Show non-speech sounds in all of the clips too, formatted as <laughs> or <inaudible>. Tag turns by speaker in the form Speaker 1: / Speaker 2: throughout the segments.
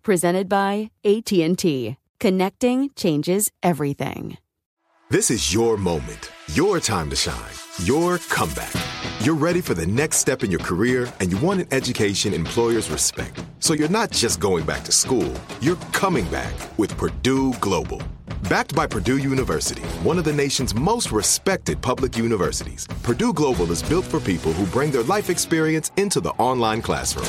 Speaker 1: presented by AT&T. Connecting changes everything.
Speaker 2: This is your moment, your time to shine, your comeback. You're ready for the next step in your career and you want an education employers respect. So you're not just going back to school, you're coming back with Purdue Global. Backed by Purdue University, one of the nation's most respected public universities, Purdue Global is built for people who bring their life experience into the online classroom.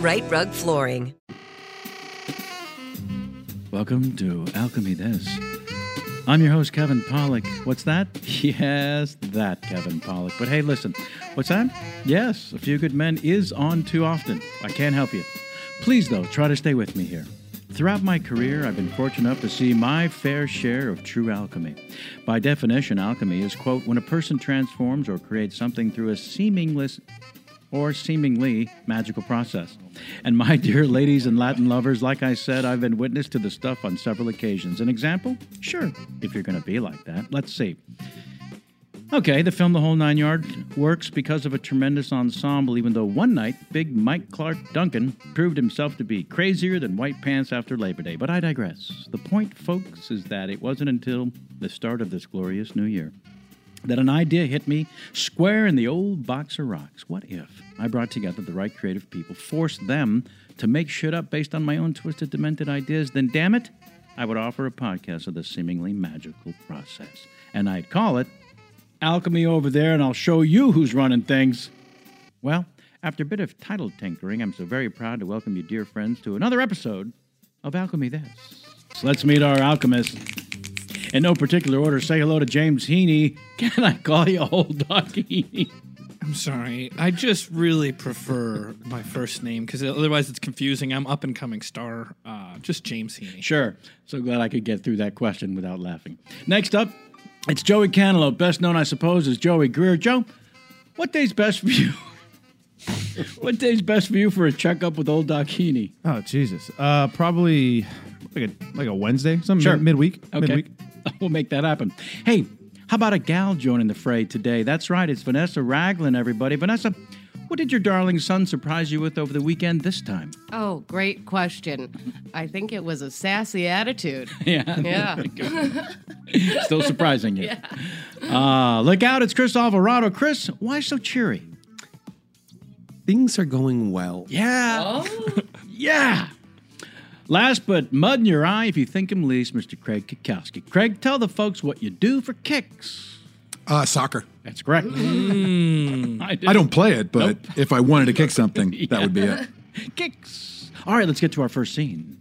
Speaker 3: Right Rug Flooring.
Speaker 4: Welcome to Alchemy This. I'm your host, Kevin Pollock. What's that? Yes, that Kevin Pollock. But hey, listen, what's that? Yes, A Few Good Men is on too often. I can't help you. Please, though, try to stay with me here. Throughout my career, I've been fortunate enough to see my fair share of true alchemy. By definition, alchemy is, quote, when a person transforms or creates something through a seamless or seemingly magical process. And my <laughs> dear ladies and Latin lovers, like I said, I've been witness to the stuff on several occasions. An example? Sure, if you're going to be like that. Let's see. Okay, the film The Whole Nine Yard works because of a tremendous ensemble, even though one night, big Mike Clark Duncan proved himself to be crazier than white pants after Labor Day. But I digress. The point, folks, is that it wasn't until the start of this glorious new year that an idea hit me square in the old box of rocks. What if I brought together the right creative people, forced them to make shit up based on my own twisted, demented ideas? Then, damn it, I would offer a podcast of this seemingly magical process. And I'd call it Alchemy Over There, and I'll show you who's running things. Well, after a bit of title tinkering, I'm so very proud to welcome you, dear friends, to another episode of Alchemy This. So let's meet our alchemist. In no particular order, say hello to James Heaney. Can I call you old dog Heaney?
Speaker 5: I'm sorry. I just really prefer my first name because otherwise it's confusing. I'm up and coming star, uh, just James Heaney.
Speaker 4: Sure. So glad I could get through that question without laughing. Next up, it's Joey Cantaloupe, best known, I suppose, as Joey Greer. Joe, what day's best for you? <laughs> what day's best for you for a checkup with old Doc Heaney?
Speaker 6: Oh Jesus! Uh, probably like a like a Wednesday, something
Speaker 4: Sure.
Speaker 6: mid- midweek.
Speaker 4: <laughs> Okay.
Speaker 6: Midweek.
Speaker 4: We'll make that happen. Hey, How about a gal joining the fray today? That's right, it's Vanessa Raglan, everybody. Vanessa, what did your darling son surprise you with over the weekend this time?
Speaker 6: Oh, great question. I think it was a sassy attitude.
Speaker 4: <laughs> Yeah.
Speaker 6: Yeah.
Speaker 4: Still surprising
Speaker 6: <laughs>
Speaker 4: you. <laughs> Uh, look out, it's Chris Alvarado. Chris, why so cheery?
Speaker 7: Things are going well.
Speaker 4: Yeah. <laughs> yeah. Last but mud in your eye, if you think him least, Mr. Craig Kikowski. Craig, tell the folks what you do for kicks.
Speaker 8: Uh, soccer.
Speaker 4: That's correct. <laughs>
Speaker 8: I don't play it, but if I wanted to kick something, that would be it.
Speaker 4: Kicks. All right, let's get to our first scene.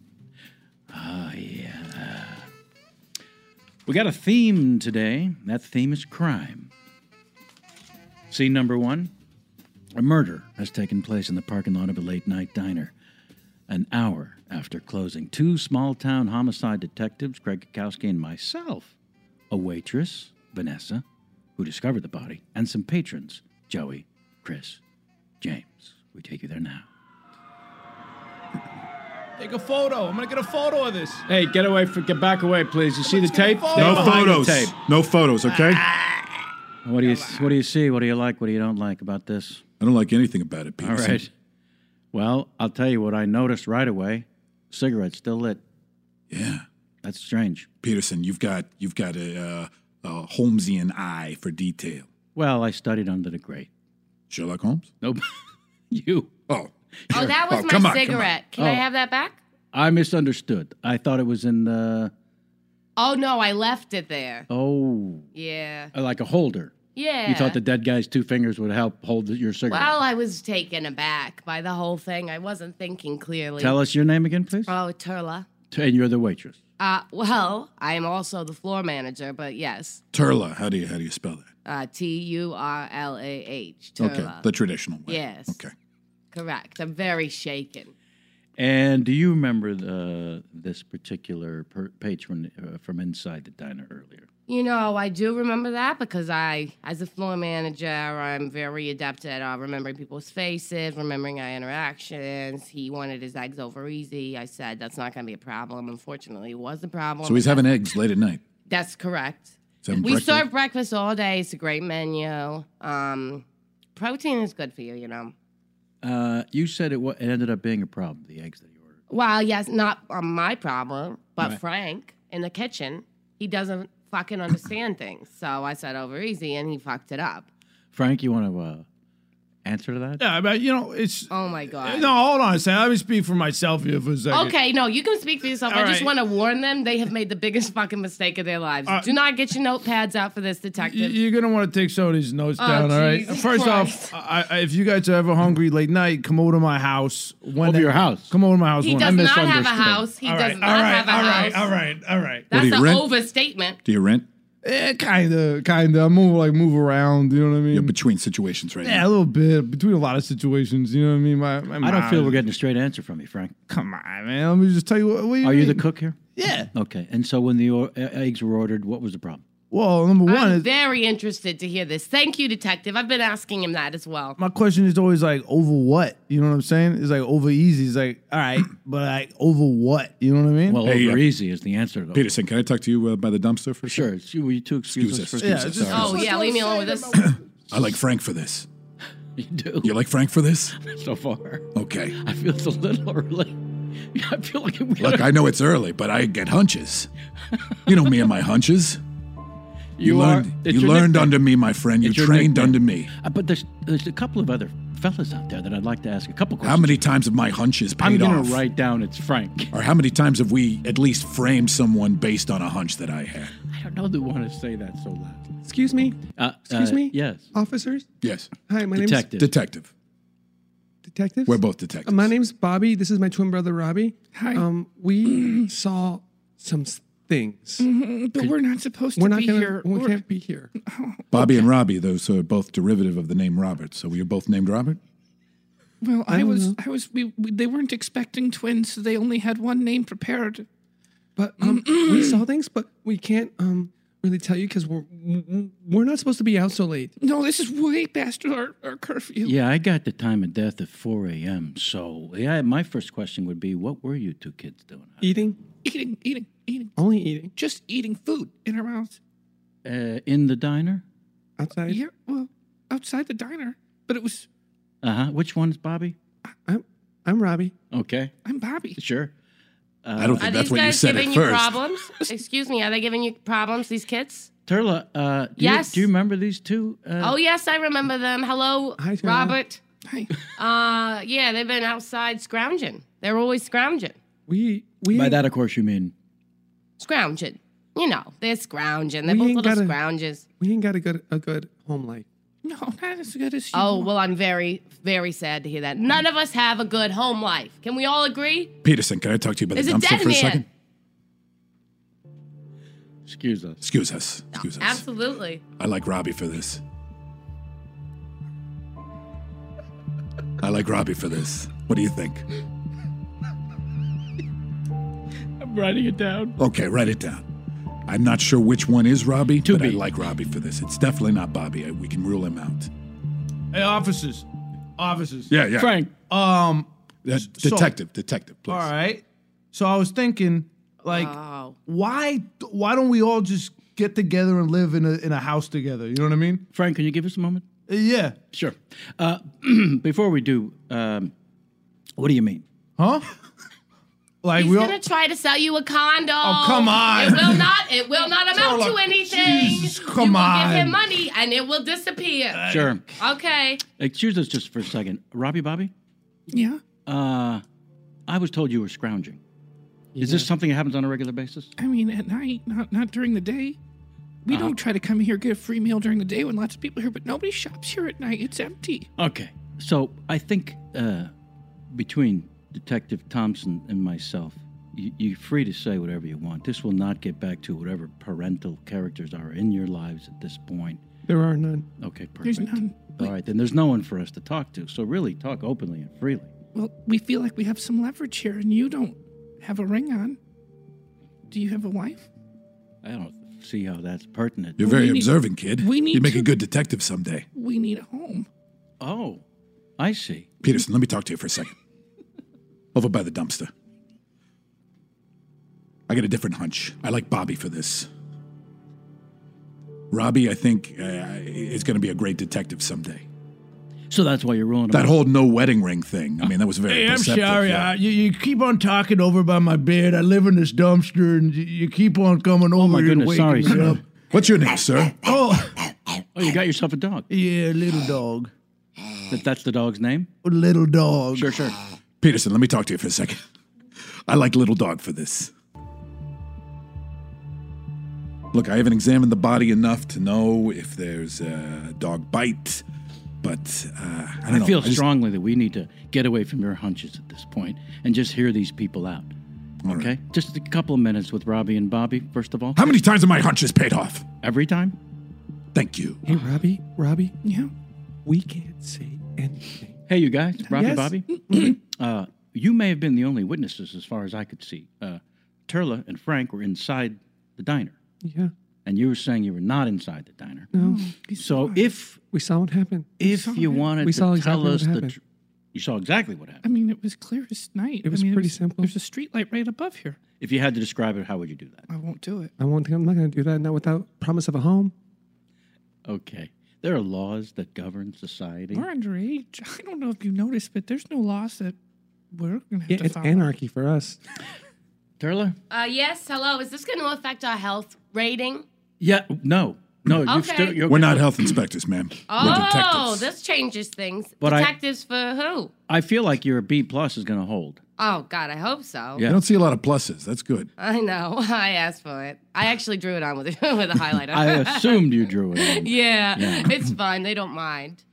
Speaker 4: Ah, yeah. We got a theme today. That theme is crime. Scene number one a murder has taken place in the parking lot of a late night diner. An hour after closing, two small town homicide detectives, Craig Kukowski and myself, a waitress, Vanessa, who discovered the body, and some patrons, Joey, Chris, James. We take you there now.
Speaker 5: Take a photo. I'm gonna get a photo of this.
Speaker 4: Hey, get away from, get back away, please. You see the tape? Stay
Speaker 8: No
Speaker 4: behind the
Speaker 8: photos. No photos, okay? I
Speaker 4: What do you What do you see? What do you like? What do you don't like about this?
Speaker 8: don't like anything about it, Pete.
Speaker 4: All right. Well, I'll tell you what I noticed right away. Cigarette still lit.
Speaker 8: Yeah.
Speaker 4: That's strange.
Speaker 8: Peterson, you've got you've got a, uh, a Holmesian eye for detail.
Speaker 4: Well, I studied under the grate.
Speaker 8: Sherlock Holmes?
Speaker 4: Nope. <laughs> you.
Speaker 8: Oh,
Speaker 6: Oh, that
Speaker 8: Oh,
Speaker 6: was
Speaker 8: come
Speaker 6: my
Speaker 8: on, come on.
Speaker 6: cigarette. Can I
Speaker 4: Oh.
Speaker 6: have that back?
Speaker 4: I misunderstood. I thought it was in the
Speaker 6: Oh, no, I left it there.
Speaker 4: oh,
Speaker 6: Yeah.
Speaker 4: like a holder.
Speaker 6: Yeah.
Speaker 4: You thought the dead guy's two fingers would help hold your cigarette.
Speaker 6: Well, I was taken aback by the whole thing. I wasn't thinking clearly.
Speaker 4: Tell us your name again, please.
Speaker 6: Oh, Turla.
Speaker 4: and you're the waitress.
Speaker 6: Uh, well, I'm also the floor manager, but yes,
Speaker 8: Turla. How do you how do you spell that?
Speaker 6: uh, T U R L A H. Turla.
Speaker 8: Okay, the traditional way.
Speaker 6: Yes.
Speaker 8: Okay.
Speaker 6: Correct. I'm very shaken.
Speaker 4: And do you remember the this particular per- patron uh, from inside the diner earlier?
Speaker 6: You know, I do remember that because I, as a floor manager, I'm very adept at uh, remembering people's faces, remembering our interactions. He wanted his eggs over easy. I said that's not going to be a problem. Unfortunately, it was a problem.
Speaker 8: So he's having eggs late at night.
Speaker 6: That's correct.
Speaker 8: He's having
Speaker 6: we
Speaker 8: breakfast.
Speaker 6: serve breakfast all day. It's a great menu. Um, protein is good for you, you know.
Speaker 4: Uh, you said it, wa it ended up being a problem, the eggs that you ordered.
Speaker 6: Well, yes, not um, my problem, but Frank in the kitchen, he doesn't fucking understand things. So I said over easy, and he fucked it up.
Speaker 4: Frank, you want to uh, answer to that?
Speaker 9: Yeah, but you know, it's.
Speaker 6: Oh my
Speaker 5: <laughs>
Speaker 6: god.
Speaker 9: No, hold on a second. Let me speak for myself here for a second.
Speaker 6: Okay, no, you can speak for yourself. I
Speaker 9: All
Speaker 6: just
Speaker 9: right.
Speaker 6: want to warn them they have made the biggest fucking mistake of their lives. Do not get your notepads out for this
Speaker 9: Y-
Speaker 6: detective.
Speaker 9: You're gonna want to take some of these notes
Speaker 6: Oh,
Speaker 9: down, all right?
Speaker 6: Jesus
Speaker 9: First
Speaker 6: Christ.
Speaker 9: off, I, I, if you guys are ever hungry late night, come over to my house. When
Speaker 4: Over your house?
Speaker 9: Come over to my house.
Speaker 6: he
Speaker 9: when
Speaker 6: does
Speaker 9: I
Speaker 6: not
Speaker 9: miss-
Speaker 6: have a
Speaker 4: misunderstood.
Speaker 6: house. He
Speaker 9: All
Speaker 6: does
Speaker 9: right,
Speaker 6: not
Speaker 9: all right,
Speaker 6: have a
Speaker 9: all right,
Speaker 6: house.
Speaker 9: all right, all right.
Speaker 6: That's
Speaker 8: do you
Speaker 6: an
Speaker 8: rent?
Speaker 6: overstatement.
Speaker 8: Do you rent?
Speaker 9: Eh, kinda, kinda. I move like move around. You know what I mean?
Speaker 8: You're between situations right
Speaker 9: yeah,
Speaker 8: now.
Speaker 9: a little bit between a lot of situations. You know what I mean? My, my
Speaker 4: I don't
Speaker 9: mom-
Speaker 4: feel we're getting a straight answer from you, Frank.
Speaker 9: Come on, man. Let me just tell you what. what do
Speaker 4: Are you the
Speaker 9: mean?
Speaker 4: cook here?
Speaker 9: Yeah.
Speaker 4: Okay. And so when the or- e- eggs were ordered, what was the problem?
Speaker 9: Well, number one
Speaker 6: I'm
Speaker 9: is
Speaker 6: very interested to hear this. Thank you, detective. I've been asking him that as well.
Speaker 9: my question is always like over what you know what i'm saying it's like over easy it's like all
Speaker 4: <clears throat>
Speaker 9: right but like over what you know what i mean
Speaker 4: Well,
Speaker 8: Hey,
Speaker 4: over
Speaker 8: uh,
Speaker 4: easy is the answer, though.
Speaker 8: Peterson, can I talk to you uh, by the dumpster for a
Speaker 4: Sure.
Speaker 8: second?
Speaker 4: It's you, will you two excuse,
Speaker 8: Excuse
Speaker 4: us
Speaker 8: us,
Speaker 4: for
Speaker 8: excuse
Speaker 9: yeah,
Speaker 8: us.
Speaker 9: just-
Speaker 8: sorry.
Speaker 6: Oh yeah, leave me alone with this.
Speaker 8: I like Frank for this.
Speaker 4: <laughs> You do.
Speaker 8: You like Frank for this?
Speaker 4: <laughs> so far.
Speaker 8: Okay.
Speaker 4: I feel it's a little early. I feel like we
Speaker 8: Look, I know it's early, but I get hunches. You know me and my hunches. You, learned.
Speaker 4: it's
Speaker 8: you
Speaker 4: your
Speaker 8: learned
Speaker 4: nickname.
Speaker 8: under me, my friend. You
Speaker 4: It's your
Speaker 8: trained
Speaker 4: nickname.
Speaker 8: under me.
Speaker 4: Uh, but there's there's a couple of other fellas out there that I'd like to ask a couple questions.
Speaker 8: How many times have my hunches paid
Speaker 4: I'm gonna
Speaker 8: off?
Speaker 4: write down it's Frank.
Speaker 8: Or how many times have we at least framed someone based on a hunch that I had?
Speaker 4: I don't know they want to say that so loud.
Speaker 7: Excuse me,
Speaker 4: Uh,
Speaker 7: Excuse
Speaker 4: uh,
Speaker 7: me?
Speaker 4: Yes.
Speaker 7: officers.
Speaker 8: Yes.
Speaker 7: Hi, my name's
Speaker 4: Detective.
Speaker 8: Detective.
Speaker 7: detectives.
Speaker 8: We're both
Speaker 7: Uh,
Speaker 8: detectives.
Speaker 7: My name's Bobby. This is my twin brother Robbie. Hi. Um,
Speaker 8: <clears throat>
Speaker 7: we saw some s- things.
Speaker 9: but we're not supposed
Speaker 7: We're not gonna. We can't be
Speaker 5: <laughs>
Speaker 7: here.
Speaker 5: Oh,
Speaker 8: Bobby and Robbie, those are both derivative of the name Robert. So you're both named Robert?
Speaker 5: Well, I, was, I was, we, we, they weren't expecting twins, so they only had one name prepared.
Speaker 7: But um, we
Speaker 8: <clears throat>
Speaker 7: saw things, but we can't um really tell you because we're we're not supposed to be out so late.
Speaker 5: No, this is way past our, our curfew.
Speaker 4: Yeah, I got the time of death at 4 a.m. So yeah, my first question would be, what were you two kids doing?
Speaker 7: Eating,
Speaker 5: Eating, eating, eating,
Speaker 7: only eating.
Speaker 5: just eating food in our mouths.
Speaker 4: Uh, in the diner?
Speaker 7: Outside?
Speaker 5: Yeah, well, outside the diner. But it was,
Speaker 4: Uh huh. Which one's Bobby?
Speaker 7: I'm I'm Robbie.
Speaker 4: Okay.
Speaker 5: I'm Bobby.
Speaker 4: Sure. Uh,
Speaker 8: I don't think
Speaker 6: Are
Speaker 8: that's
Speaker 6: these
Speaker 8: what you
Speaker 6: guys
Speaker 8: said
Speaker 6: giving
Speaker 8: at
Speaker 6: you
Speaker 8: first.
Speaker 6: problems? Excuse me, are they giving you problems, these kids?
Speaker 4: Turla, uh, do,
Speaker 6: Yes.
Speaker 4: you, do you remember these two? Uh,
Speaker 6: oh yes, I remember them. Hello,
Speaker 4: Hi, Tara.
Speaker 6: Robert. Hi. Uh, yeah, they've been outside scrounging. They're always scrounging,
Speaker 7: We we
Speaker 4: By that, of course, you mean
Speaker 6: scrounging. You know, they're scrounging. They're
Speaker 7: We ain't
Speaker 6: both little
Speaker 7: gotta-
Speaker 6: scrounges.
Speaker 7: we ain't got a good a good home life.
Speaker 5: No, not as good as you.
Speaker 6: Oh well, I'm very, very sad to hear that. None of us have a good home life. Can we all agree?
Speaker 8: Peterson, can I talk to you about
Speaker 6: There's
Speaker 8: the
Speaker 6: a
Speaker 8: dumpster
Speaker 6: dead
Speaker 8: for a
Speaker 6: man.
Speaker 8: second?
Speaker 4: Excuse us.
Speaker 8: Excuse us. Excuse us.
Speaker 6: Absolutely.
Speaker 8: I like Robbie for this. I like Robbie for this. What do you think?
Speaker 4: I'm writing it down.
Speaker 8: Okay, write it down. I'm not sure which one is Robbie, but I like Robbie for this. It's definitely not Bobby. I, we can rule him out.
Speaker 10: Hey, officers, officers.
Speaker 8: Yeah, yeah. Frank.
Speaker 10: Um,
Speaker 8: Uh,
Speaker 10: so-
Speaker 8: detective, detective, please.
Speaker 10: all right. So I was thinking, like, why why don't we all just get together and live in a in a house together? You know what I mean?
Speaker 4: Frank, can you give us a moment?
Speaker 10: yeah.
Speaker 4: Sure. Uh, <clears throat> before we do, um, what do you mean?
Speaker 10: Huh? <laughs> like
Speaker 6: He's gonna try to sell you a condo.
Speaker 10: Oh, come on.
Speaker 6: It will not. It will not amount
Speaker 10: Darla,
Speaker 6: to anything.
Speaker 10: come
Speaker 6: you will give
Speaker 4: on.
Speaker 6: him money, and it will disappear.
Speaker 4: Sure.
Speaker 6: Okay.
Speaker 4: Excuse us just for a second. Robbie Bobby?
Speaker 5: Yeah.
Speaker 4: Uh, I was told you were scrounging. Is this something that happens on a regular basis?
Speaker 5: I mean, at night, not not during the day. We
Speaker 7: Uh-huh.
Speaker 5: don't try to come here get a free meal during the day when lots of people are here, but nobody shops here at night. It's empty.
Speaker 4: Okay. So I think uh, between Detective Thompson and myself, you, you're free to say whatever you want. This will not get back to whatever parental characters are in your lives at this point.
Speaker 7: There are none.
Speaker 4: Okay, perfect.
Speaker 5: There's none.
Speaker 4: All right, then there's no one for us to talk to. So really, talk openly and freely.
Speaker 5: Well, we feel like we have some leverage here, and you don't have a ring on. Do you have a wife?
Speaker 4: I don't see how that's pertinent.
Speaker 8: You're very observant, kid.
Speaker 5: we need
Speaker 8: You make a
Speaker 5: to-
Speaker 8: good detective someday.
Speaker 5: We need a home.
Speaker 4: Oh, I see.
Speaker 8: Peterson, let me talk to you for a second. Over by the dumpster. I got a different hunch. I like Bobby for this. Robbie, I think, uh, is going to be a great detective someday.
Speaker 4: So that's why you're ruling
Speaker 8: That whole no wedding ring thing. I mean, that was very
Speaker 10: Hey, I'm
Speaker 8: perceptive.
Speaker 10: sorry.
Speaker 8: yeah.
Speaker 10: I, you, you keep on talking over by my bed. I live in this dumpster, and you, you keep on coming over
Speaker 4: oh my
Speaker 10: and
Speaker 4: goodness,
Speaker 10: waking
Speaker 4: sorry,
Speaker 10: me
Speaker 4: sir.
Speaker 10: up.
Speaker 8: What's your name, sir?
Speaker 10: Oh, <laughs>
Speaker 4: Oh, you got yourself a dog.
Speaker 10: yeah, little dog,
Speaker 4: That, that's the dog's name.
Speaker 10: little dog.
Speaker 4: Sure, sure.
Speaker 8: Peterson, let me talk to you for a second. I like Little Dog for this. Look, I haven't examined the body enough to know if there's a dog bite, but uh, I don't
Speaker 4: I,
Speaker 8: know.
Speaker 4: feel
Speaker 8: just-
Speaker 4: strongly that we need to get away from your hunches at this point and just hear these people out.
Speaker 8: All right.
Speaker 4: Okay, just a couple of minutes with Robbie and Bobby. First of all,
Speaker 8: How many times have my hunches paid off?
Speaker 4: every time.
Speaker 8: Thank you.
Speaker 7: Hey, Robbie, Robbie,
Speaker 5: Oh. Yeah.
Speaker 7: we can't say anything.
Speaker 4: Hey, you guys, Robbie,
Speaker 7: Yes. Mm-hmm.
Speaker 4: Bobby. <clears throat> uh, you may have been the only witnesses, as far as I could see. Uh, Turla and Frank were inside the diner,
Speaker 7: Yeah,
Speaker 4: and you were saying you were not inside the diner.
Speaker 7: no,
Speaker 4: So if
Speaker 7: we saw what happened.
Speaker 4: if you wanted
Speaker 7: We
Speaker 4: to
Speaker 7: saw
Speaker 4: tell
Speaker 7: exactly what
Speaker 4: us the,
Speaker 7: happened.
Speaker 4: tr- you saw exactly what
Speaker 5: I
Speaker 4: happened.
Speaker 5: mean, it was clear as night.
Speaker 7: It was
Speaker 5: I mean,
Speaker 7: pretty simple.
Speaker 5: There's a street light right above here.
Speaker 4: If you had to describe it, how would you do that?
Speaker 5: I won't do it.
Speaker 7: I won't. I'm not going to do that. Not without promise of a home.
Speaker 4: Okay, there are laws that govern society.
Speaker 5: We're underage. <laughs> I don't know if you noticed, but there's no laws that we're gonna have
Speaker 7: Yeah,
Speaker 5: to
Speaker 7: it's
Speaker 5: follow.
Speaker 7: anarchy for us.
Speaker 4: Turla.
Speaker 6: Uh, yes. Hello. Is this going to affect our health rating?
Speaker 4: Yeah, no, no. You've
Speaker 6: Okay.
Speaker 4: still, you're
Speaker 8: We're not health inspectors, ma'am. We're
Speaker 6: Oh,
Speaker 8: detectives.
Speaker 6: this changes things.
Speaker 4: But I-
Speaker 6: Detectives for who?
Speaker 4: I feel like your B plus is going to hold.
Speaker 6: Oh God, I hope so.
Speaker 8: I
Speaker 4: Yeah.
Speaker 8: don't see a lot of pluses. That's good.
Speaker 6: I know. <laughs> I asked for it. I actually drew it on with <laughs> with a highlighter.
Speaker 4: I assumed
Speaker 6: <laughs>
Speaker 4: you drew it. in.
Speaker 6: yeah, it's fine. They don't mind.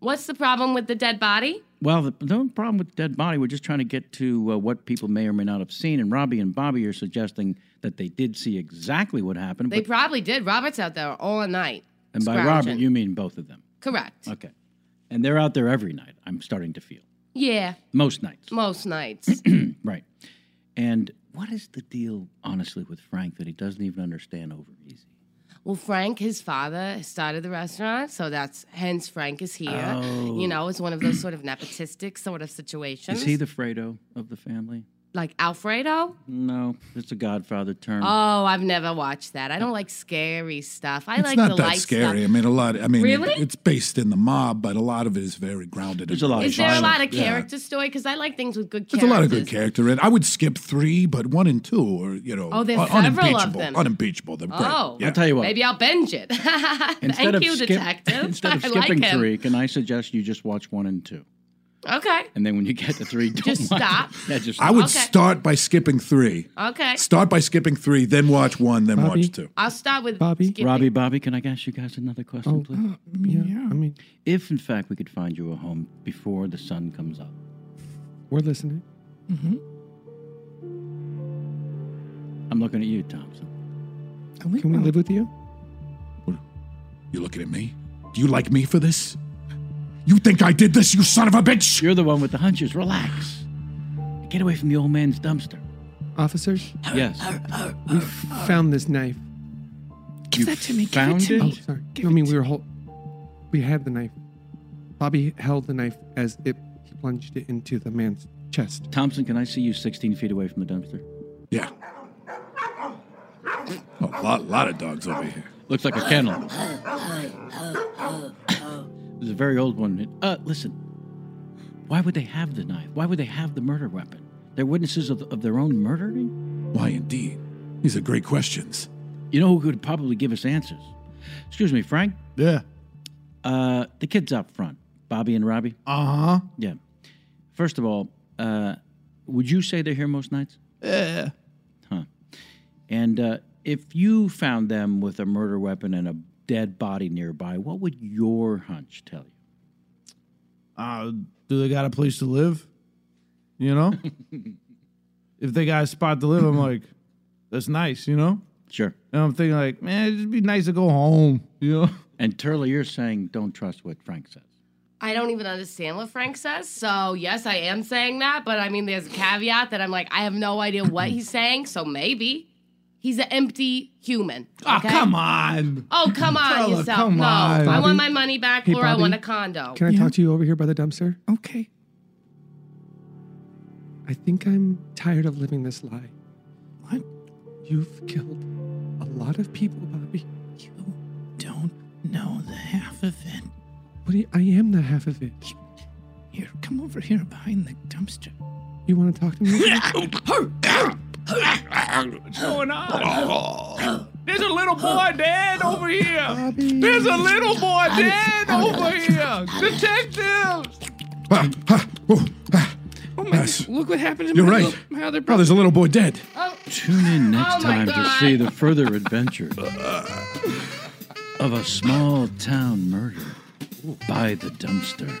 Speaker 6: What's the problem with the dead body?
Speaker 4: Well, the, the only problem with dead body, we're just trying to get to uh, what people may or may not have seen. And Robbie and Bobby are suggesting that they did see exactly what happened.
Speaker 6: They
Speaker 4: but,
Speaker 6: probably did. Robert's out there all night.
Speaker 4: and by
Speaker 6: scrounging.
Speaker 4: Robert, you mean both of them.
Speaker 6: correct?
Speaker 4: Okay. And they're out there every night, I'm starting to feel.
Speaker 6: Yeah,
Speaker 4: Most nights.
Speaker 6: most
Speaker 4: <clears throat>
Speaker 6: nights.
Speaker 4: Right. And what is the deal, honestly, with Frank that he doesn't even understand over easy?
Speaker 6: well, Frank, his father, started the restaurant, so that's hence Frank is here.
Speaker 4: Oh.
Speaker 6: You know, it's one of those sort of nepotistic sort of situations.
Speaker 4: Is he the Fredo of the family?
Speaker 6: like Alfredo.
Speaker 4: No, it's a Godfather term.
Speaker 6: Oh, I've never watched that. I don't like scary stuff. I
Speaker 8: it's
Speaker 6: like
Speaker 8: not
Speaker 6: the
Speaker 8: that
Speaker 6: light
Speaker 8: scary. I
Speaker 6: stuff.
Speaker 8: mean, a lot. I mean, it-
Speaker 6: Really?
Speaker 8: it's based in the mob, but a lot of it is very grounded. There's a
Speaker 6: Is there a lot of character story? Because I like things with good
Speaker 8: There's
Speaker 6: characters.
Speaker 8: a lot of good character in. I would skip three, but one and two are you know
Speaker 6: Oh, there's
Speaker 8: un-
Speaker 6: several
Speaker 8: unimpeachable.
Speaker 6: of them.
Speaker 8: Unimpeachable. They're great.
Speaker 6: Oh,
Speaker 8: Yeah.
Speaker 6: Maybe I'll binge it. <laughs>
Speaker 4: Instead
Speaker 6: Thank
Speaker 4: of
Speaker 6: you,
Speaker 4: skip-
Speaker 6: detective.
Speaker 4: <laughs> Instead
Speaker 6: <laughs>
Speaker 4: of
Speaker 6: I
Speaker 4: skipping
Speaker 6: like him.
Speaker 4: three, can I suggest you just watch one and two?
Speaker 6: Okay.
Speaker 4: <laughs> And then when you get to three, <laughs> don't
Speaker 6: Just
Speaker 4: watch it.
Speaker 6: stop.
Speaker 4: Oh Yeah, just
Speaker 8: I would
Speaker 6: Okay.
Speaker 8: start by skipping three.
Speaker 6: Okay.
Speaker 8: Start by skipping three, then watch one, then watch two.
Speaker 6: I'll start with skipping.
Speaker 4: Robbie, Bobby, can I ask you guys another question,
Speaker 7: Oh.
Speaker 4: please?
Speaker 8: Uh,
Speaker 7: yeah, I mean,
Speaker 4: if in fact we could find you a home before the sun comes up,
Speaker 7: we're listening.
Speaker 5: Mm-hmm.
Speaker 4: I'm looking at you, Thompson.
Speaker 7: Can we live with you?
Speaker 8: You looking at me? Do you like me for this? You think I did this, you son of a bitch?
Speaker 4: You're the one with the hunches. Relax. Get away from the old man's dumpster.
Speaker 7: Officers,
Speaker 4: Yes.
Speaker 7: we
Speaker 5: Uh,
Speaker 7: found this knife.
Speaker 4: Give that to me. Give found it to me.
Speaker 7: Oh, sorry. I mean, we were hol- we had the knife. Bobby held the knife as it he plunged it into the man's chest.
Speaker 4: Thompson, can I see you 16 feet away from the dumpster?
Speaker 8: Yeah. Oh, A lot, lot of dogs over here.
Speaker 4: Looks like a kennel. There's a very old one. Uh, listen. Why would they have the knife? Why would they have the murder weapon? They're witnesses of, of their own murdering?
Speaker 8: Why, indeed. These are great questions.
Speaker 4: You know who could probably give us answers? Excuse me, Frank?
Speaker 11: Yeah.
Speaker 4: Uh, the kids up front, Bobby and Robbie.
Speaker 9: Uh-huh.
Speaker 11: Uh huh.
Speaker 4: Yeah. First of all, uh, would you say they're here most nights?
Speaker 11: Yeah.
Speaker 4: Huh. And uh, if you found them with a murder weapon and a dead body nearby, what would your hunch tell you?
Speaker 9: Uh, do they got a place to live?
Speaker 4: <laughs>
Speaker 9: You know? if they got a spot to live, I'm like, that's nice, you know?
Speaker 4: Sure.
Speaker 9: And I'm thinking like, man, it'd just be nice to go home, you know?
Speaker 4: And Turley, you're saying don't trust what Frank says.
Speaker 6: I don't even understand what Frank says. So, yes, I am saying that. But I mean, there's a caveat that I'm like, I have no idea what he's saying. So maybe he's an empty human.
Speaker 10: Ah,
Speaker 6: okay?
Speaker 10: come on.
Speaker 6: Oh, come on
Speaker 10: Carla,
Speaker 6: yourself.
Speaker 10: come
Speaker 6: no,
Speaker 10: on.
Speaker 6: I
Speaker 10: Bobby.
Speaker 6: want my money back
Speaker 7: Hey,
Speaker 6: or I want
Speaker 7: Bobby.
Speaker 6: a condo.
Speaker 7: Can I talk to you over here by the dumpster? Okay. I think I'm tired of living this lie. What? You've killed a lot of people, Bobby. You don't know the half of it. What do you, I am the half of it.
Speaker 11: Here, come over here behind the dumpster.
Speaker 7: You want to talk to me?
Speaker 11: What's going on? <laughs> There's a little boy dead over here. There's a little boy dead over here. Detectives.
Speaker 8: Ah, ah, oh, ah.
Speaker 7: Oh my!
Speaker 8: Yes.
Speaker 7: Look what happened to
Speaker 8: You're
Speaker 7: my
Speaker 8: right.
Speaker 7: little- my other
Speaker 8: Oh, there's a little boy dead.
Speaker 4: Tune in next
Speaker 7: Oh my
Speaker 4: time to
Speaker 7: God.
Speaker 4: see the further
Speaker 9: <laughs>
Speaker 4: adventures of a small town murder by the dumpster.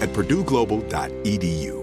Speaker 2: at purdueglobal.edu.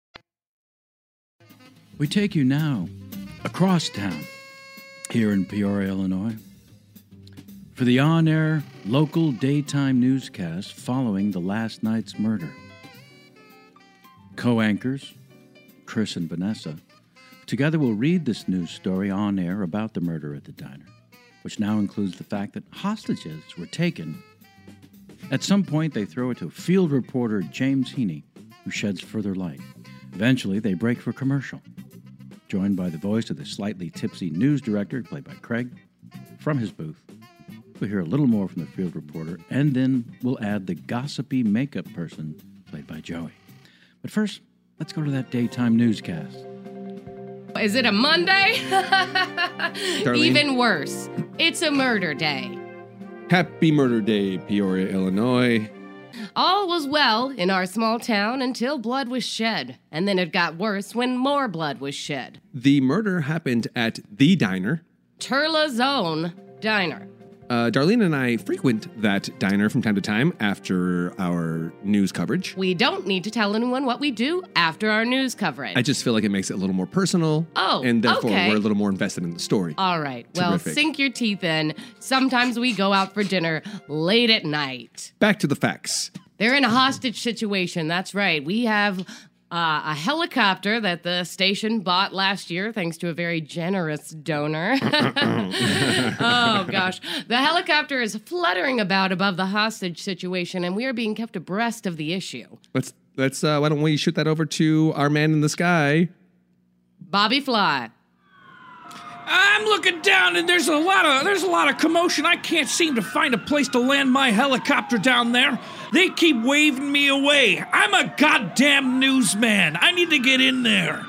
Speaker 4: We take you now across town here in Peoria, Illinois, for the on air local daytime newscast following the last night's murder. Co anchors, Chris and Vanessa, together will read this news story on air about the murder at the diner, which now includes the fact that hostages were taken. At some point, they throw it to field reporter James Heaney, who sheds further light. Eventually, they break for commercial, joined by the voice of the slightly tipsy news director, played by Craig, from his booth. We'll hear a little more from the field reporter, and then we'll add the gossipy makeup person, played by Joey. But first, let's go to that daytime newscast.
Speaker 6: Is it a Monday? <laughs> Even worse. It's a murder day.
Speaker 12: Happy Murder Day, Peoria, Illinois.
Speaker 6: All was well in our small town until blood was shed, and then it got worse when more blood was shed.
Speaker 12: The murder happened at the diner.
Speaker 6: Turla's own diner.
Speaker 12: Uh, Darlene and I frequent that diner from time to time after our news coverage.
Speaker 6: We don't need to tell anyone what we do after our news coverage.
Speaker 12: I just feel like it makes it a little more personal.
Speaker 6: Oh,
Speaker 12: and therefore
Speaker 6: okay.
Speaker 12: we're a little more invested in the story.
Speaker 6: All right, well,
Speaker 12: Terrific.
Speaker 6: sink your teeth in. Sometimes we go out for dinner late at night.
Speaker 12: Back to the facts.
Speaker 6: They're in a hostage situation. That's right. We have uh, a helicopter that the station bought last year, thanks to a very generous donor. <laughs> oh gosh. The helicopter is fluttering about above the hostage situation, and we are being kept abreast of the issue.
Speaker 12: Let's let's uh, why don't we shoot that over to our man in
Speaker 6: <laughs>
Speaker 12: the sky? <laughs>
Speaker 6: Bobby Fly.
Speaker 5: I'm looking down and there's a lot of there's a lot of commotion. I can't seem to find a place to land my helicopter down there. They keep waving me away. I'm a goddamn newsman. I need to get in there.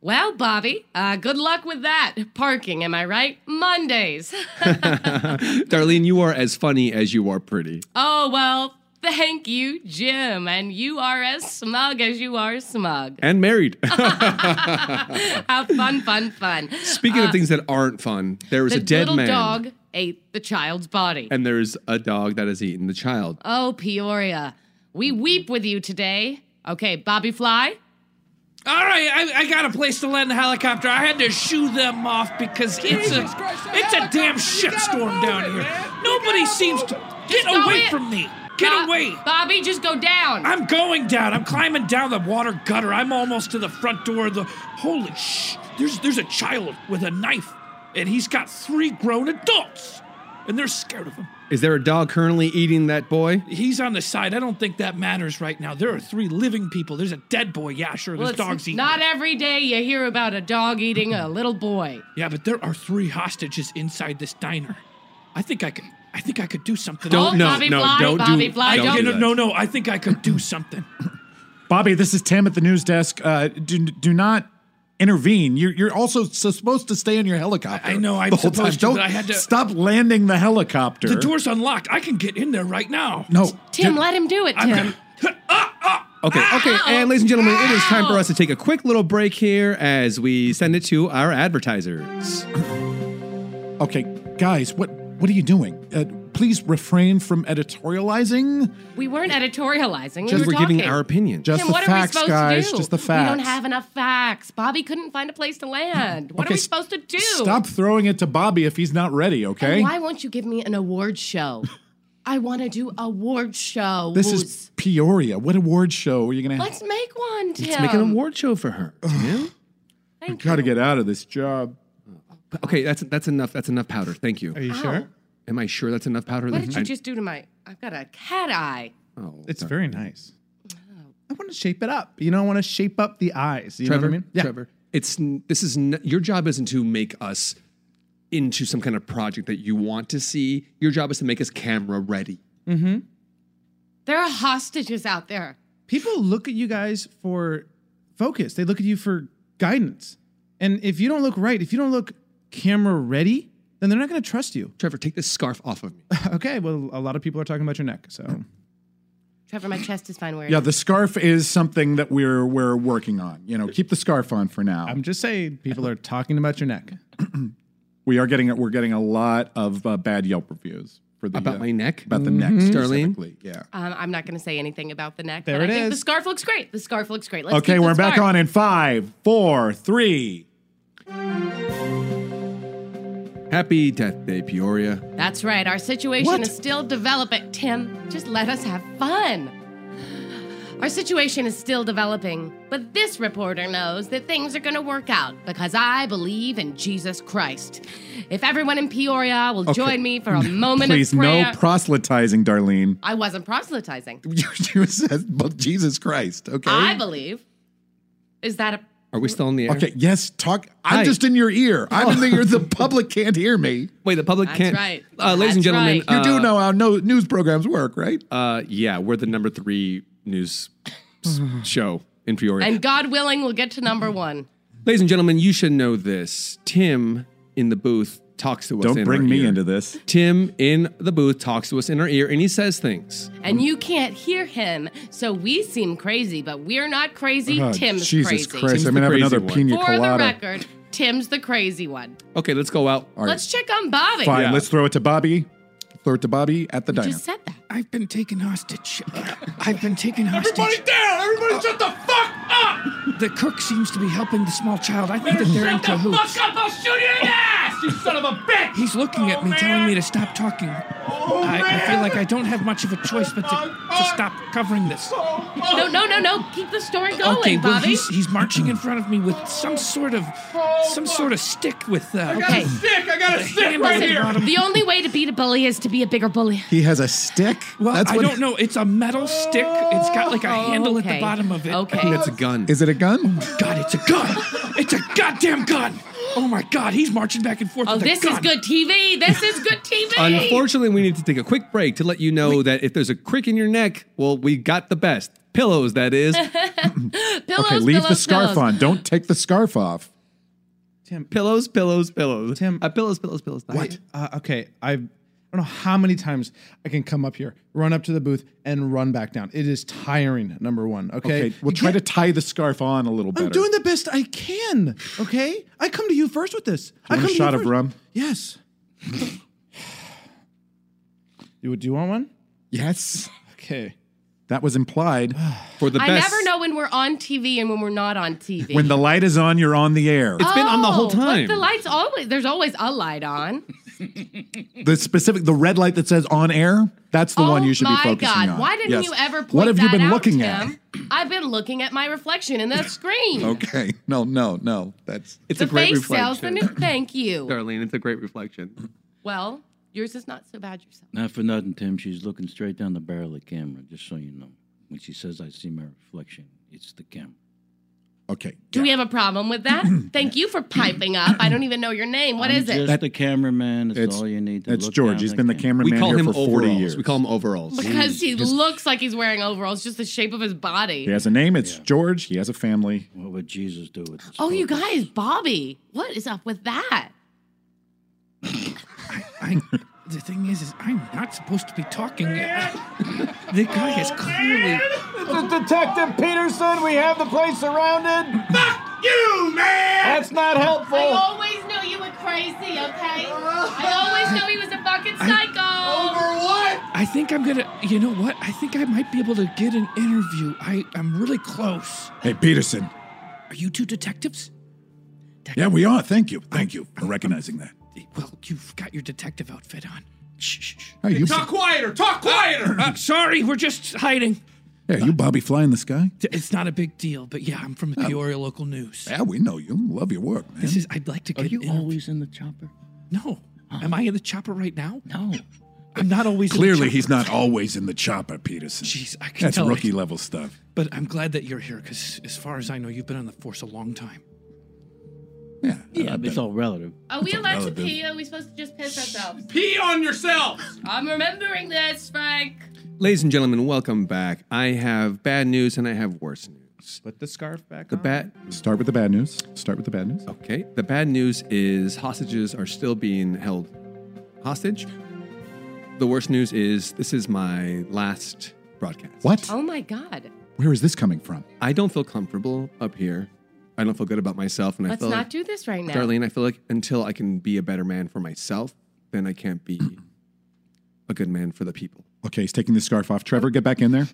Speaker 6: Well, Bobby, uh, good luck with that. Parking, am I right? Mondays. <laughs>
Speaker 12: Darlene, you are as funny as you are pretty.
Speaker 6: oh, well, thank you, Jim. And you are as smug as you are smug. <laughs>
Speaker 12: And married.
Speaker 6: How fun, fun, fun.
Speaker 12: Speaking
Speaker 6: Uh,
Speaker 12: of things that aren't fun, there was
Speaker 6: the
Speaker 12: a dead
Speaker 6: little
Speaker 12: man.
Speaker 6: dog ate the child's body.
Speaker 12: And there's a dog that has eaten the child.
Speaker 6: oh, Peoria, we weep with you today. Okay, Bobby Fly.
Speaker 5: All right, I, I got a place to land the helicopter. I had to shoo them off because it's a it's a damn shitstorm down here. Nobody seems to get
Speaker 6: go
Speaker 5: away
Speaker 6: in.
Speaker 5: from me. Get away,
Speaker 6: Bobby. Just go down.
Speaker 5: I'm going down. I'm climbing down the water gutter. I'm almost to the front door. Of the holy sh! There's there's a child with a knife, and he's got three grown adults, and they're scared of him.
Speaker 12: Is there a dog currently eating that boy?
Speaker 5: He's on the side. I don't think that matters right now. There are three living people. There's a dead boy. Yeah, sure.
Speaker 6: Well,
Speaker 5: There's
Speaker 6: it's
Speaker 5: dogs eating.
Speaker 6: not every day you hear about a dog eating a little boy.
Speaker 5: Yeah, but there are three hostages inside this diner. I think I could. I think I could do something.
Speaker 6: Don't- Oh, no, Bobby no, Fly, don't do- Bobby Fly,
Speaker 5: I-
Speaker 6: don't
Speaker 5: no,
Speaker 6: do
Speaker 5: no, no, I think I could do something.
Speaker 8: Bobby, this is Tim at the news desk. Uh, do do not intervene. You're you're also s- supposed to stay in your helicopter. I know.
Speaker 11: I'm supposed to,
Speaker 8: Don't
Speaker 11: but I had to-
Speaker 8: stop landing the helicopter.
Speaker 11: The door's unlocked. I can get in there right now.
Speaker 8: No.
Speaker 6: Tim, let him do it,
Speaker 11: I'm
Speaker 6: Tim.
Speaker 12: Okay, okay, and ladies and gentlemen, it is time for us to take a quick little break here as we send it to our advertisers.
Speaker 8: okay, guys, what what are you doing? Uh, please refrain from editorializing.
Speaker 6: We weren't editorializing. We
Speaker 8: Just
Speaker 6: were
Speaker 8: we're giving
Speaker 6: talking.
Speaker 8: our opinion.
Speaker 6: Tim,
Speaker 8: Just the
Speaker 6: what
Speaker 8: facts,
Speaker 6: are we supposed
Speaker 8: guys,
Speaker 6: To do?
Speaker 8: just the
Speaker 6: We
Speaker 8: facts.
Speaker 6: don't have enough facts. Bobby couldn't find a place to land. What
Speaker 8: Okay,
Speaker 6: are we
Speaker 8: s-
Speaker 6: supposed to do?
Speaker 8: Stop throwing it to Bobby if he's not ready.
Speaker 6: And
Speaker 8: Okay.
Speaker 6: why won't you give me an award show? <laughs> I want to do award show.
Speaker 8: This is Peoria. What award show are you gonna have?
Speaker 6: Let's make one, Tim.
Speaker 12: award show for her.
Speaker 8: I gotta get out of this job.
Speaker 12: Okay, that's that's enough. That's enough powder. Thank you. Are
Speaker 6: you Ow. sure?
Speaker 12: Am I sure that's enough powder?
Speaker 6: What did you
Speaker 12: I-
Speaker 6: just do to my? I've got a cat eye.
Speaker 12: Oh,
Speaker 9: It's very nice. I want to shape it up. You know, I want to shape up the eyes. You
Speaker 12: Trevor,
Speaker 9: know what I mean?
Speaker 12: Trevor, it's n- this is n- your job isn't to make us into some kind of project that you want to see. Your job is to make us camera ready.
Speaker 9: Mm-hmm.
Speaker 6: There are hostages out there.
Speaker 9: People look at you guys for focus. They look at you for guidance. And if you don't look right, if you don't look camera ready, then they're not going to trust you.
Speaker 12: Trevor, take this scarf off of me.
Speaker 9: <laughs> okay. Well, a lot of people are talking about your neck. So
Speaker 6: Trevor, my chest is fine where it
Speaker 8: <sighs> Yeah,
Speaker 6: is.
Speaker 8: the scarf is something that we're we're working on. You know, keep the scarf on for now.
Speaker 9: I'm just saying, people are talking about your neck.
Speaker 8: <clears throat> We are getting we're getting a lot of uh, bad Yelp reviews for the
Speaker 12: About
Speaker 8: uh,
Speaker 12: my neck?
Speaker 8: about the neck,
Speaker 6: Mm-hmm.
Speaker 12: Mhm. Darlene?
Speaker 8: specifically. Yeah.
Speaker 6: Um, I'm not going to say anything about the neck.
Speaker 8: There
Speaker 6: but
Speaker 8: it
Speaker 6: I think the
Speaker 8: is.
Speaker 6: scarf looks great. The scarf looks great. Let's
Speaker 8: okay,
Speaker 6: keep the
Speaker 8: we're back
Speaker 6: scarf.
Speaker 8: on in five, four, three.
Speaker 12: Happy Death Day, Peoria.
Speaker 6: That's right. Our situation is still developing. Tim, just let us have fun. Our situation is still developing, but this reporter knows that things are going to work out because I believe in Jesus Christ. If everyone in Peoria will
Speaker 8: Okay.
Speaker 6: join me
Speaker 8: <laughs>
Speaker 6: for a moment
Speaker 8: Please,
Speaker 6: of prayer.
Speaker 8: no proselytizing, Darlene. <laughs>
Speaker 6: I wasn't proselytizing.
Speaker 8: you said, but Jesus Christ. Okay.
Speaker 6: I believe. Is that a
Speaker 12: Are we still in the air?
Speaker 8: Okay. Yes. Talk. I'm
Speaker 12: Hi.
Speaker 8: just in your ear. I'm in the
Speaker 12: Oh.
Speaker 8: ear. The public can't hear me.
Speaker 12: <laughs> Wait, the public
Speaker 8: That's
Speaker 12: can't.
Speaker 8: right.
Speaker 12: Uh, ladies and
Speaker 8: That's
Speaker 12: gentlemen,
Speaker 8: right. You do
Speaker 12: uh,
Speaker 8: know how no news programs work, right?
Speaker 12: Uh, yeah, we're the number three news
Speaker 8: <sighs>
Speaker 12: s- show in Peoria.
Speaker 6: And God willing, we'll get to number one.
Speaker 12: Ladies and gentlemen, you should know this. Tim in the booth talks to us.
Speaker 8: Don't
Speaker 12: in
Speaker 8: bring
Speaker 12: our
Speaker 8: me
Speaker 12: ear.
Speaker 8: into this.
Speaker 12: Tim in the booth talks to us in our ear, and he says things.
Speaker 6: And you can't hear him, so we seem crazy, but we're not crazy.
Speaker 8: Uh-huh.
Speaker 12: Oh,
Speaker 6: Tim's
Speaker 12: Jesus
Speaker 6: crazy.
Speaker 12: Christ, Tim's I'm gonna the have another crazy one. pina
Speaker 6: For the
Speaker 12: colada.
Speaker 6: record, Tim's the crazy one.
Speaker 12: Okay, let's go out.
Speaker 6: Let's check on Bobby.
Speaker 8: Fine. Let's throw it to Bobby. Throw it to Bobby at the diner.
Speaker 6: said that.
Speaker 11: I've been taken hostage. I've been taken hostage.
Speaker 8: Everybody down! Everybody shut the fuck
Speaker 11: up! The cook seems to be helping the small child. I think that they're in
Speaker 13: Shut the
Speaker 11: cahoots.
Speaker 13: fuck up! I'll shoot you in
Speaker 8: <laughs>
Speaker 13: the ass, you son of a bitch!
Speaker 11: He's looking at me, telling me to stop talking. I, I feel like I don't have much of a choice but to, to stop covering this.
Speaker 6: No, no, no, no. Keep the story going,
Speaker 11: okay, well,
Speaker 6: Bobby.
Speaker 11: he's, he's marching in front of me with some sort of some sort of stick with. Uh,
Speaker 6: I got a Okay.
Speaker 11: stick. I got a
Speaker 6: Listen, the only way to beat a bully is to be a bigger bully.
Speaker 8: He has a stick.
Speaker 11: Well,
Speaker 8: That's
Speaker 11: I
Speaker 8: what-
Speaker 11: don't know. It's a metal stick. It's got like a
Speaker 6: Oh,
Speaker 11: handle at
Speaker 6: okay.
Speaker 11: the bottom of it.
Speaker 6: Okay.
Speaker 8: a gun. Is it a gun?
Speaker 11: God, it's a gun. It's a goddamn gun. Oh my God, he's marching back and forth
Speaker 6: Oh,
Speaker 11: with
Speaker 6: this
Speaker 11: a gun.
Speaker 6: is good TV. This is good
Speaker 8: <laughs>
Speaker 6: TV.
Speaker 12: Unfortunately, we need to take a quick break to let you know that if there's a crick in your neck, well, we got the best pillows. That
Speaker 6: <laughs>
Speaker 14: <laughs>
Speaker 12: is
Speaker 6: pillows,
Speaker 8: okay, leave the
Speaker 6: pillows,
Speaker 8: scarf
Speaker 6: pillows.
Speaker 8: on. Don't take the scarf off.
Speaker 9: Tim,
Speaker 12: pillows, pillows, pillows. Tim, uh, pillows, pillows, pillows.
Speaker 9: What? Uh, okay, I've. I don't know how many times I can come up here, run up to the booth, and run back down. It is tiring, number one. Okay.
Speaker 8: Okay, we'll try to tie the scarf on a little better.
Speaker 9: I'm doing the best I can. Okay. I come to you first with this. I
Speaker 8: Want
Speaker 9: come
Speaker 8: a
Speaker 9: to you
Speaker 8: shot of
Speaker 9: first.
Speaker 8: rum?
Speaker 9: Yes. do, do you want one?
Speaker 8: Yes.
Speaker 9: Okay.
Speaker 8: That was
Speaker 9: <sighs>
Speaker 8: implied
Speaker 12: for
Speaker 6: I never know when we're on TV and when we're not on TV.
Speaker 8: When the light is on, you're on the air.
Speaker 6: It's but Oh, the light's always there's always a light on.
Speaker 8: The specific, the red light that says on air, that's the one you should be
Speaker 6: Oh My
Speaker 8: focusing
Speaker 6: God,
Speaker 8: on.
Speaker 6: why didn't
Speaker 8: Yes.
Speaker 6: you ever point
Speaker 8: What have you
Speaker 6: that
Speaker 8: been
Speaker 6: out,
Speaker 8: looking
Speaker 6: Tim? <laughs> I've been looking at my reflection in the screen.
Speaker 8: at? Okay. No, no, no. That's
Speaker 12: it's
Speaker 6: the
Speaker 12: a great
Speaker 6: face sells the
Speaker 12: reflection,
Speaker 6: new. Thank you.
Speaker 12: Darlene. It's a great reflection.
Speaker 6: Well, yours is not so bad yourself.
Speaker 14: Not for nothing, Tim. She's looking straight down the barrel of the camera, just so you know. When she says I see my reflection, it's the camera.
Speaker 8: Okay.
Speaker 6: Do we have a problem with that? Thank you for piping up. I don't even know your name. What
Speaker 14: I'm
Speaker 6: is it?
Speaker 14: Just the cameraman. That's all you need. To
Speaker 8: That's
Speaker 14: look
Speaker 8: George.
Speaker 14: down
Speaker 8: He's
Speaker 14: the
Speaker 8: been the
Speaker 14: camera.
Speaker 8: cameraman here for 40
Speaker 12: overalls.
Speaker 8: years.
Speaker 12: We call him overalls.
Speaker 6: Because he looks like he's wearing overalls, just the shape of his body.
Speaker 8: He has a name. It's George. He has a family. What would Jesus do with
Speaker 6: Oh, you guys, Bobby, what is up with that?
Speaker 5: I, the thing is, is I'm not supposed to be talking. the guy is clearly.
Speaker 13: Detective Peterson, we have the place surrounded. Fuck you, man! That's not helpful.
Speaker 6: I always knew you were crazy, okay? I always knew he was a fucking psycho. Over what?
Speaker 5: I think I'm gonna. You know what? I think I might be able to get an interview. I I'm really close.
Speaker 8: Hey, Peterson.
Speaker 5: Are you two detectives? Oh,
Speaker 8: Yeah, we are. Thank you. Thank you for recognizing that.
Speaker 5: Well, you've got your detective outfit on. Shh. shh, shh.
Speaker 8: Hey, you-
Speaker 5: talk quieter. Talk quieter. uh, sorry, we're just hiding.
Speaker 8: Yeah, you Bobby Fly in the Sky?
Speaker 5: It's not a big deal, but yeah, I'm from the Peoria local news.
Speaker 8: Um, Yeah, we know you. Love your work, man.
Speaker 5: This is. I'd like to
Speaker 8: Are
Speaker 5: get.
Speaker 8: you
Speaker 5: always in the chopper? No. Am I in the chopper right now? No. I'm not always. in the
Speaker 8: Clearly,
Speaker 5: chopper.
Speaker 8: he's not always in the chopper, Peterson.
Speaker 5: Jeez, I can
Speaker 8: That's
Speaker 5: tell
Speaker 8: rookie
Speaker 5: it.
Speaker 8: level stuff.
Speaker 5: But I'm glad that you're here, because as far as I know, you've been on the force a long time.
Speaker 8: Yeah.
Speaker 14: Yeah, it's all relative.
Speaker 6: Are we
Speaker 14: It's all
Speaker 6: allowed to
Speaker 14: relative.
Speaker 6: pee? Are we supposed to just piss ourselves?
Speaker 5: Pee on yourself!
Speaker 6: I'm remembering this, Frank.
Speaker 12: Ladies and gentlemen, welcome back. I have bad news and I have worse news.
Speaker 10: Put the scarf back
Speaker 12: The bad.
Speaker 8: Start with the bad news. Start with the bad news.
Speaker 12: Okay. The bad news is hostages are still being held hostage. The worst news is this is my last broadcast.
Speaker 8: What?
Speaker 6: Oh my god.
Speaker 8: Where is this coming from?
Speaker 12: I don't feel comfortable up here. I don't feel good about myself, and I
Speaker 6: Let's
Speaker 12: feel
Speaker 6: not
Speaker 12: like,
Speaker 6: do this right now.
Speaker 12: Darlene. I feel like until I can be a better man for myself, then I can't be a good man for the people.
Speaker 8: Okay, he's taking the scarf off.
Speaker 12: <gasps>
Speaker 8: Trevor, get back in there.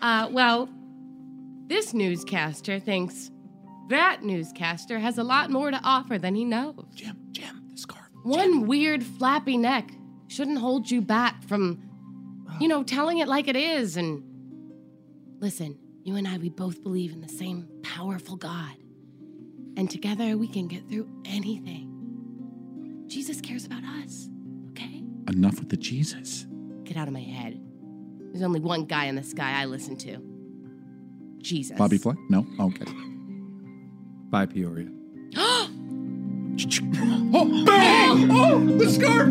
Speaker 6: Uh, well, this newscaster thinks that newscaster has a lot more to offer than he knows. Jim, Jim, the scarf. One weird flappy neck shouldn't hold you back from, you know, telling it like it is. And listen, you and I, we both believe in the same powerful God. And together we can get through anything. Jesus cares about us.
Speaker 8: Enough with the Jesus.
Speaker 6: Get out of my head. There's only one guy in the sky I listen to Jesus.
Speaker 8: Bobby Fly? No? Okay.
Speaker 12: Bye, Peoria.
Speaker 13: Oh, bang! Oh, the scarf!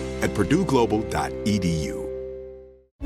Speaker 2: at purdueglobal.edu.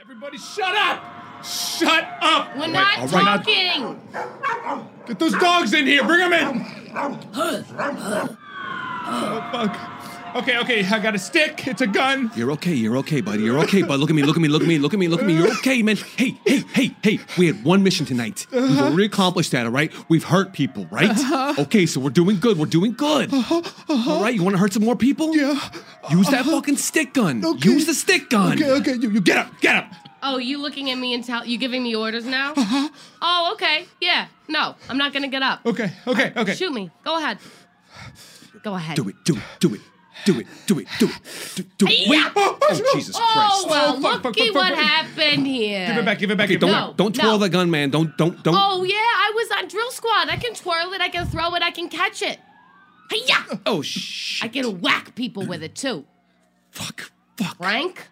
Speaker 11: Everybody, shut up! Shut up!
Speaker 6: We're not
Speaker 11: all right, not-
Speaker 6: talking.
Speaker 11: Get those dogs in here. Bring them in.
Speaker 6: Oh,
Speaker 11: fuck. Okay, okay. I got a stick. It's a gun.
Speaker 12: You're okay. You're okay, buddy. You're okay, bud. Look at me. Look at me. Look at me. Look at me. Look at me. You're okay, man. Hey, hey, hey, hey. We had one mission tonight. We've
Speaker 13: Uh-huh.
Speaker 12: already accomplished that. All right. We've hurt people. Right.
Speaker 13: Uh-huh.
Speaker 12: Okay. So we're doing good. We're doing good. All right. You want to hurt some more people? Yeah. Use that fucking stick gun. Use the stick gun.
Speaker 13: Okay,
Speaker 12: Okay. You, you get up. Get up.
Speaker 6: Oh, you looking at me and tell you giving me orders now? Oh, okay. Yeah. No, I'm not gonna get up.
Speaker 11: Uh-huh. Okay. Okay. Okay.
Speaker 6: Shoot me. Go ahead. Go ahead.
Speaker 12: Do it. Do it. Do it. Do it. Do it. Do it. Do, do it. Wait. Oh, Jesus
Speaker 6: Oh
Speaker 12: Christ.
Speaker 6: well,
Speaker 11: fuck, fuck,
Speaker 6: looky
Speaker 11: fuck,
Speaker 6: what
Speaker 11: fuck.
Speaker 6: happened here.
Speaker 12: Give it
Speaker 11: back. Give it back.
Speaker 12: Okay,
Speaker 11: give it
Speaker 12: don't
Speaker 11: back.
Speaker 12: don't
Speaker 6: no.
Speaker 12: twirl the gun, man. Don't don't don't.
Speaker 6: Oh yeah, I was on drill squad. I can twirl it. I can throw it. I can catch it. Hiya!
Speaker 12: Oh shh.
Speaker 6: I can whack people with it too. Fuck. Fuck. Frank,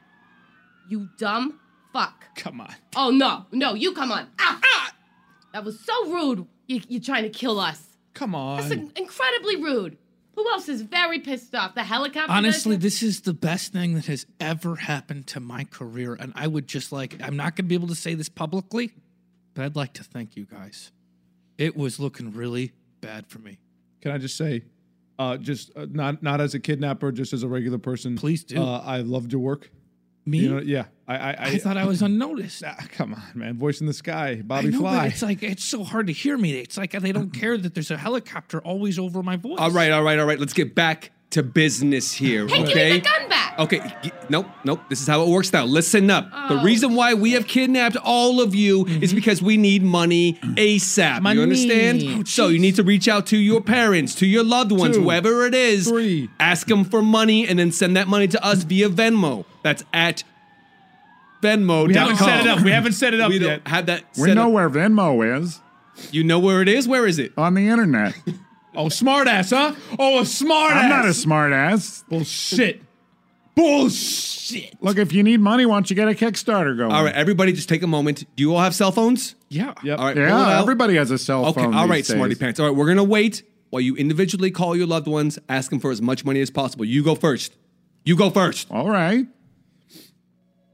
Speaker 6: you dumb fuck.
Speaker 11: Come on.
Speaker 6: Oh no, no, you come on. Ah, ah. That was so rude. You, you're trying to kill us.
Speaker 11: Come on.
Speaker 6: That's in- incredibly rude. Who else is very pissed off? The helicopter.
Speaker 5: Honestly,
Speaker 6: guys?
Speaker 5: this is the best thing that has ever happened to my career. And I would just like, I'm not going to be able to say this publicly, but I'd like to thank you guys. It was looking really bad for me.
Speaker 9: Can I just say, uh, just uh, not not as a kidnapper, just as a regular person.
Speaker 5: Please do.
Speaker 9: Uh, I loved your work.
Speaker 5: Me?
Speaker 9: You know, yeah. I I,
Speaker 5: I thought I
Speaker 9: <laughs>
Speaker 5: was unnoticed.
Speaker 9: Ah, come on, man. Voice in the sky,
Speaker 5: I
Speaker 9: Bobby
Speaker 5: know, but
Speaker 9: Fly.
Speaker 5: It's like, it's so hard to hear me. It's like
Speaker 9: <laughs>
Speaker 5: they don't care that there's a helicopter always over my voice.
Speaker 12: All right, all right, all right. Let's get back to business here.
Speaker 5: Hey, give me
Speaker 12: okay?
Speaker 5: the gun back.
Speaker 12: Okay. g- Nope, nope. This is how it works now. Listen up. The
Speaker 5: Oh.
Speaker 12: reason why we have kidnapped all of you
Speaker 8: Mm-hmm.
Speaker 12: is because we need money ASAP.
Speaker 13: Money.
Speaker 12: You understand?
Speaker 13: Oh,
Speaker 12: so you need to reach out to your parents, to your loved ones,
Speaker 13: Two,
Speaker 12: whoever it is. Three. Ask them for money and then send that money to us via Venmo. That's at Venmo.
Speaker 8: We haven't set it up. We haven't
Speaker 12: set it
Speaker 8: up
Speaker 12: we don't
Speaker 8: yet.
Speaker 12: Have that.
Speaker 8: We
Speaker 12: set
Speaker 8: know
Speaker 12: up.
Speaker 8: where Venmo is.
Speaker 12: You know where it is? Where is it?
Speaker 8: On the internet.
Speaker 11: Oh, smartass, huh? Oh, a smartass.
Speaker 8: I'm not a smart ass.
Speaker 11: Bullshit.
Speaker 8: <laughs>
Speaker 11: Bullshit.
Speaker 8: Look, if you need money, why don't you get a Kickstarter going?
Speaker 12: All right, everybody, just take a moment. Do you all have cell phones?
Speaker 11: Yeah.
Speaker 12: Yep. All right. pull it
Speaker 8: Yeah,
Speaker 12: out.
Speaker 8: everybody has a cell
Speaker 12: Okay.
Speaker 8: phone.
Speaker 12: all
Speaker 8: these
Speaker 12: right,
Speaker 8: days.
Speaker 12: smarty pants. All right, we're gonna wait while you individually call your loved ones, ask them for as much money as possible. You go first. You go first.
Speaker 8: All right.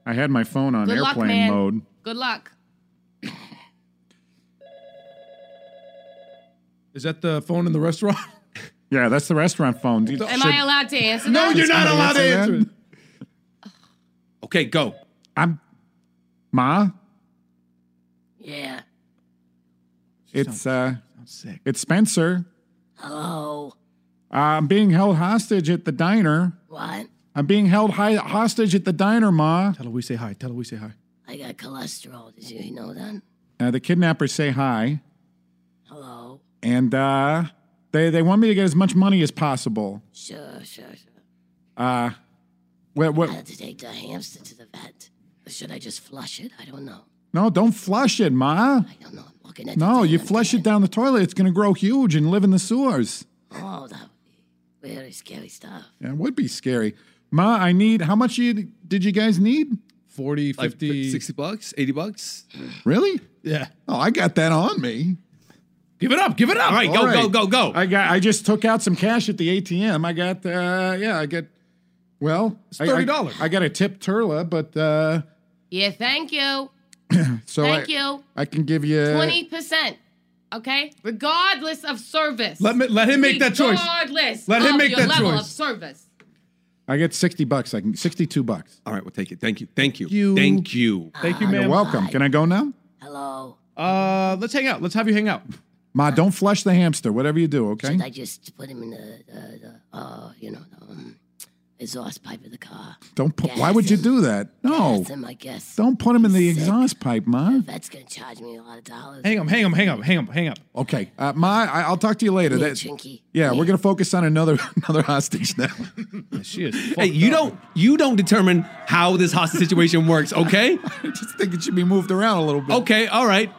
Speaker 8: I had my phone on
Speaker 6: Good luck,
Speaker 8: airplane
Speaker 6: man.
Speaker 8: mode.
Speaker 6: Good luck.
Speaker 9: Is that the phone in the restaurant?
Speaker 8: <laughs> Yeah, that's the restaurant phone. Dude,
Speaker 6: Am
Speaker 8: should-
Speaker 6: I allowed to answer
Speaker 9: No,
Speaker 6: that?
Speaker 9: you're not allowed to answer it.
Speaker 12: Okay, go.
Speaker 8: I'm Ma.
Speaker 6: Yeah.
Speaker 8: It's uh,
Speaker 9: sick.
Speaker 8: it's Spencer.
Speaker 6: Hello.
Speaker 8: Uh, I'm being held hostage at the diner.
Speaker 15: What?
Speaker 8: I'm being held hi- hostage at the diner, Ma.
Speaker 9: Tell her we say hi. Tell her we say hi.
Speaker 15: I got cholesterol. Did you know that?
Speaker 8: Uh, the kidnappers say hi,
Speaker 15: Hello.
Speaker 8: and uh, they they want me to get as much money as possible.
Speaker 15: Sure, sure, sure.
Speaker 8: Uh, what,
Speaker 15: I had
Speaker 8: what?
Speaker 15: to take the hamster to the vet. Or should I just flush it? I don't know.
Speaker 8: No, don't flush it, Ma.
Speaker 15: Looking at
Speaker 8: No, you flush it down the toilet. It's gonna grow huge and live in the sewers.
Speaker 15: Oh, that would be really scary stuff.
Speaker 8: Yeah, it would be scary. Ma, I need how much you did you guys need?
Speaker 9: 40,
Speaker 12: 50, 60 bucks, 80
Speaker 8: <sighs>
Speaker 12: bucks.
Speaker 8: Really?
Speaker 9: Yeah.
Speaker 8: Oh, I got that on me.
Speaker 9: Give it up. Give it up.
Speaker 8: All right,
Speaker 12: go, go, go, go.
Speaker 8: I got I just took out some cash at the ATM. I got uh yeah, I got well, it's
Speaker 9: $30.
Speaker 8: I, got a tip Turla, but uh
Speaker 6: Yeah. Thank you.
Speaker 8: so
Speaker 6: thank
Speaker 8: I,
Speaker 6: you.
Speaker 8: I can give you
Speaker 6: Twenty percent. Okay? Regardless of service.
Speaker 9: Let me- let him make that choice.
Speaker 6: Regardless.
Speaker 9: Let him
Speaker 6: of
Speaker 9: make
Speaker 6: your
Speaker 9: that
Speaker 6: level
Speaker 9: choice.
Speaker 6: of service.
Speaker 9: I get 60 bucks. I can 62 bucks.
Speaker 12: All right, we'll take it. Thank you. Thank you.
Speaker 9: You-
Speaker 12: Thank you.
Speaker 9: Thank you, ma'am. You're welcome. Can I go now?
Speaker 15: Hello.
Speaker 9: Uh, let's hang out. Let's have you hang out.
Speaker 8: Ma, don't flush the hamster. Whatever you do, okay?
Speaker 15: Should I just put him in the, the, the uh, you know, the um, exhaust pipe of the car?
Speaker 8: Don't. Put, why would you do that? No.
Speaker 15: Gas him, I guess.
Speaker 8: Don't put him in the exhaust pipe, Ma.
Speaker 15: That's gonna charge me a lot of dollars.
Speaker 8: Hang him, hang him, hang him, hang him, hang up. Okay, uh, Ma, I, I'll talk to you later.
Speaker 15: Yeah,
Speaker 8: That-
Speaker 15: Chinky.
Speaker 8: yeah, we're gonna focus on another <laughs> another hostage now.
Speaker 12: She is. Hey, you don't you don't determine how this hostage situation works, okay?
Speaker 8: <laughs> I just think it should be moved around a little bit.
Speaker 12: Okay, all right.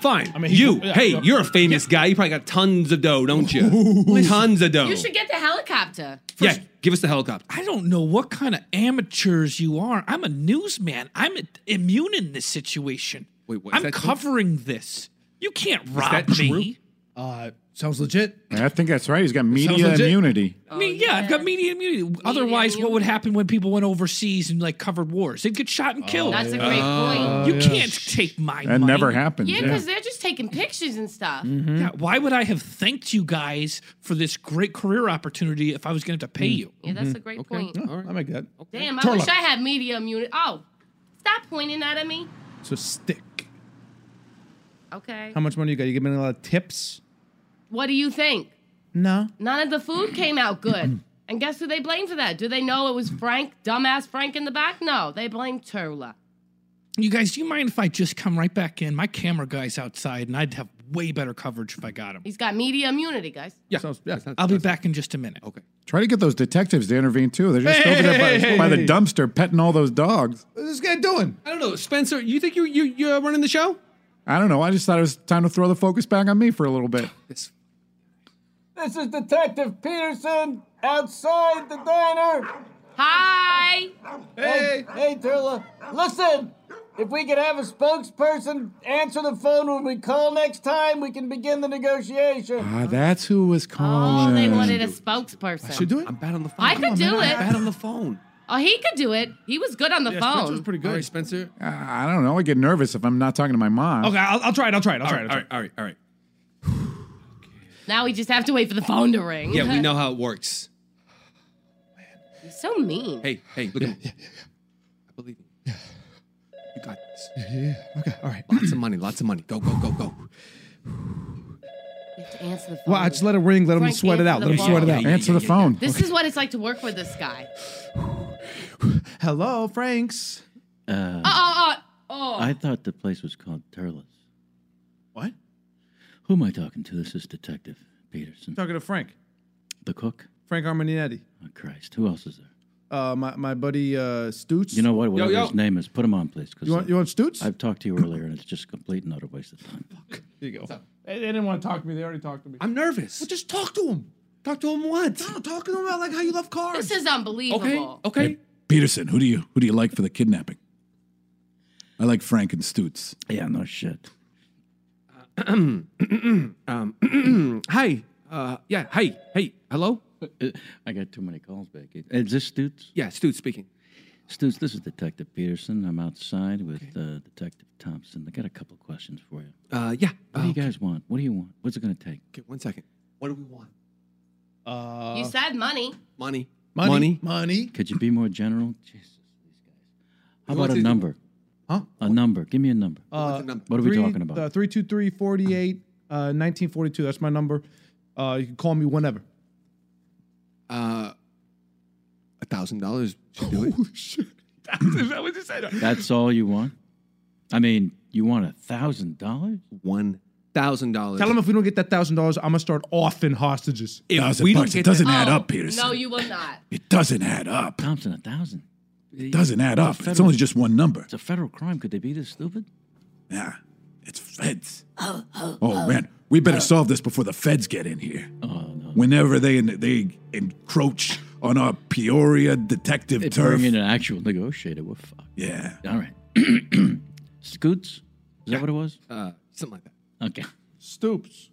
Speaker 12: Fine. I mean, you,
Speaker 9: yeah,
Speaker 12: hey,
Speaker 9: yeah.
Speaker 12: you're a famous guy. You probably got tons of dough, don't you? tons of dough.
Speaker 6: You should get the helicopter.
Speaker 12: yeah, give us the helicopter.
Speaker 5: I don't know what kind of amateurs you are. I'm a newsman. I'm i- immune in this situation.
Speaker 12: Wait, what?
Speaker 5: I'm covering this. You can't rob
Speaker 8: that
Speaker 5: me.
Speaker 9: Uh, sounds legit.
Speaker 8: I think that's right. He's got media
Speaker 9: legit.
Speaker 8: immunity.
Speaker 6: Oh,
Speaker 5: I mean, yeah, I've got media immunity. Otherwise, what would happen when people went overseas and like covered wars? They'd get shot and killed.
Speaker 6: That's a great
Speaker 8: Oh,
Speaker 5: You
Speaker 8: point. yeah.
Speaker 5: can't take my
Speaker 8: That
Speaker 5: money.
Speaker 8: never happens, Mm-hmm.
Speaker 6: Yeah, because they're just taking pictures and stuff.
Speaker 9: Mm.
Speaker 5: Yeah, why would I have thanked you guys for this great career opportunity if I was going to have to
Speaker 8: Mm.
Speaker 5: pay you?
Speaker 6: Yeah,
Speaker 8: Mm-hmm.
Speaker 6: that's a great point.
Speaker 9: I make that.
Speaker 6: Damn, I
Speaker 5: Turlock.
Speaker 6: wish I had media immunity. Oh, stop pointing that at me.
Speaker 9: So stick.
Speaker 6: Okay.
Speaker 9: How much money you got? You giving me a lot of tips?
Speaker 6: What do you think?
Speaker 9: No.
Speaker 6: None of the food came out
Speaker 9: <clears throat>
Speaker 6: good. and guess who they blame for that? Do they know it was Frank, dumbass Frank in the back? No, they blame Turla.
Speaker 5: You guys, do you mind if I just come right back in? My camera guy's outside, and I'd have way better coverage if I got him.
Speaker 6: He's got media immunity, guys.
Speaker 12: Yeah,
Speaker 5: I'll be back in just a minute.
Speaker 12: Okay.
Speaker 8: Try to get those detectives to intervene too. They're just
Speaker 5: Hey,
Speaker 8: over there by,
Speaker 5: hey, hey,
Speaker 8: by the
Speaker 5: hey.
Speaker 8: dumpster petting all those dogs.
Speaker 9: What's this guy doing?
Speaker 12: I don't know, Spencer. You think you you you're running the show?
Speaker 8: I don't know. I just thought it was time to throw the focus back on me for a little bit.
Speaker 16: This is Detective Peterson outside the diner.
Speaker 6: Hi.
Speaker 16: Hey, hey, Turla. Listen, if we could have a spokesperson answer the phone when we call next time, we can begin the negotiation.
Speaker 8: Ah, that's who was calling.
Speaker 6: Oh, they wanted a spokesperson.
Speaker 8: I should do it.
Speaker 12: I'm bad on the phone.
Speaker 6: I could do it.
Speaker 12: Bad on the phone.
Speaker 6: Oh, he could do it. He was good on the phone.
Speaker 9: Oh.
Speaker 12: All right, Spencer.
Speaker 8: Uh, I don't know. I get nervous if I'm not talking to my mom.
Speaker 9: Okay, I'll, I'll try it. I'll try it. I'll try it.
Speaker 12: All right, all right, all right.
Speaker 6: Now we just have to wait for the phone to ring.
Speaker 12: Yeah, we know how it works.
Speaker 6: You're <laughs> so mean.
Speaker 12: Hey, hey, look at me.
Speaker 6: <laughs>
Speaker 12: I believe in you. You got this.
Speaker 9: Yeah. Okay. All right.
Speaker 12: Lots of money, lots of money. Go, go, go, go.
Speaker 6: You have to answer the phone.
Speaker 9: Well, I just let it ring. Let him
Speaker 6: Frank,
Speaker 9: sweat it
Speaker 6: answer
Speaker 9: out.
Speaker 6: the
Speaker 9: Let him
Speaker 6: phone.
Speaker 9: sweat it out.
Speaker 6: Yeah, yeah,
Speaker 8: Answer the phone.
Speaker 6: This is what it's like to work with this guy.
Speaker 9: Hello, Franks.
Speaker 4: Uh,
Speaker 6: Oh, oh, oh. oh.
Speaker 4: I thought the place was called Turles.
Speaker 9: What?
Speaker 4: Who am I talking to? This is Detective Peterson,
Speaker 9: Talking to Frank.
Speaker 4: the cook.
Speaker 9: Frank Armagnetti.
Speaker 4: Oh, Christ, who else is there?
Speaker 9: Uh, my my buddy uh, Stoots.
Speaker 4: You know what? Whatever
Speaker 9: yo.
Speaker 4: his name is, put him on, please. 'cause
Speaker 9: You want-
Speaker 4: I-
Speaker 9: you want Stoots?
Speaker 4: I've talked to you earlier, and it's just a complete and utter waste of time.
Speaker 9: There you go. They, they didn't want to talk to me. They already talked to me. I'm <clears throat>
Speaker 12: nervous.
Speaker 9: Well, just talk to him.
Speaker 12: Talk to him what?
Speaker 9: No, talk to him about like how you love cars.
Speaker 6: This is unbelievable. Oh.
Speaker 12: Okay.
Speaker 8: Peterson, who do you who do you like for the kidnapping? I like Frank and Stutz.
Speaker 4: Yeah, no shit.
Speaker 12: <clears throat> um, <clears throat> hi. Uh, yeah. Hi. Hey. Hello.
Speaker 4: Uh, I got too many calls back. Uh, Is this Stoots?
Speaker 12: Yeah, Stoots speaking.
Speaker 4: Stoots, this is Detective Peterson. I'm outside with uh, Detective Thompson. I got a couple questions for you.
Speaker 12: Uh, yeah.
Speaker 4: What do you guys want? What do you want? What's it going to take?
Speaker 12: Okay, one second. What do we want?
Speaker 9: Uh,
Speaker 6: you said money.
Speaker 12: money.
Speaker 9: Money. Money.
Speaker 4: Could you be more
Speaker 12: <laughs>
Speaker 4: general? Jesus, these guys. How
Speaker 9: You
Speaker 4: about
Speaker 9: want
Speaker 4: a
Speaker 9: to-
Speaker 4: number?
Speaker 9: Huh?
Speaker 4: A number. Give me a number.
Speaker 9: Uh,
Speaker 4: What are we
Speaker 9: three-
Speaker 4: talking about?
Speaker 9: Uh, 323 48 uh, 1942. That's my number. Uh, you can call me whenever.
Speaker 12: Uh, a thousand dollars should do it.
Speaker 4: That's all you want? I mean, you want a thousand dollars?
Speaker 12: One thousand dollars.
Speaker 9: Tell him if we don't get that thousand dollars, I'm gonna start offing hostages.
Speaker 12: If Thousand we don't bucks, it get doesn't that- add
Speaker 8: up, Peterson.
Speaker 6: No, you will not.
Speaker 8: It doesn't add up.
Speaker 4: Thompson, a thousand.
Speaker 8: It doesn't add up. It's only just one number.
Speaker 4: It's a federal crime. Could they be this stupid?
Speaker 8: Yeah, it's feds. Oh man, we better solve this before the feds get in here.
Speaker 4: Oh,
Speaker 8: Whenever they they encroach on our Peoria detective
Speaker 4: If
Speaker 8: turf.
Speaker 4: bring in an actual negotiator, we're fucked.
Speaker 8: Yeah.
Speaker 4: All right. <clears throat> Scoots? Is that what it was?
Speaker 12: Uh, something like
Speaker 4: that. Okay.
Speaker 9: Stoops.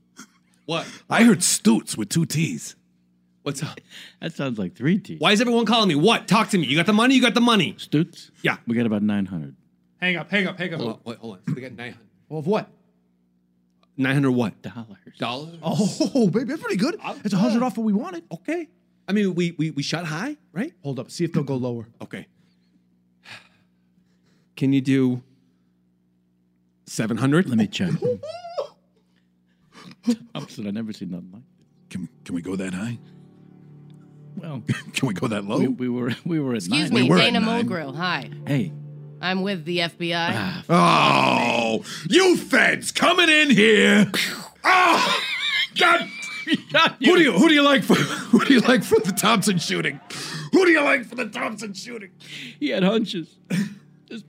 Speaker 12: What?
Speaker 8: I heard Stoots with two T's.
Speaker 12: What's up?
Speaker 4: That sounds like three T's.
Speaker 12: Why is everyone calling me? What? Talk to me. You got the money. You got the money.
Speaker 4: Stoots.
Speaker 12: Yeah.
Speaker 4: We got about 900.
Speaker 9: Hang up, hang up, hang up.
Speaker 12: Hold on. Wait, hold on. We got nine hundred.
Speaker 9: Well, of what?
Speaker 12: Nine hundred what?
Speaker 4: Dollars.
Speaker 12: Dollars.
Speaker 9: Oh, baby, that's pretty good. It's a hundred off what we wanted.
Speaker 12: Okay. I mean, we we we shot high, right?
Speaker 9: Hold up. See if they'll go lower.
Speaker 12: Okay. Can you do seven hundred? Let
Speaker 4: me check. Thompson, I've never seen nothing like this.
Speaker 17: Can, can we go that high?
Speaker 8: <laughs>
Speaker 4: Well,
Speaker 17: can we go that low?
Speaker 4: We, we were we were at
Speaker 6: Excuse
Speaker 4: nine.
Speaker 6: me,
Speaker 4: we were at
Speaker 6: Dana
Speaker 4: nine.
Speaker 6: Mulgrew. Hi.
Speaker 4: Hey, Ah.
Speaker 6: I'm with the FBI.
Speaker 17: Oh, you feds coming in here! Oh,
Speaker 9: <laughs>
Speaker 17: God! Who do you who do you like for <laughs> who do you like for the Thompson shooting? Who do you like for the Thompson shooting?
Speaker 4: He had hunches.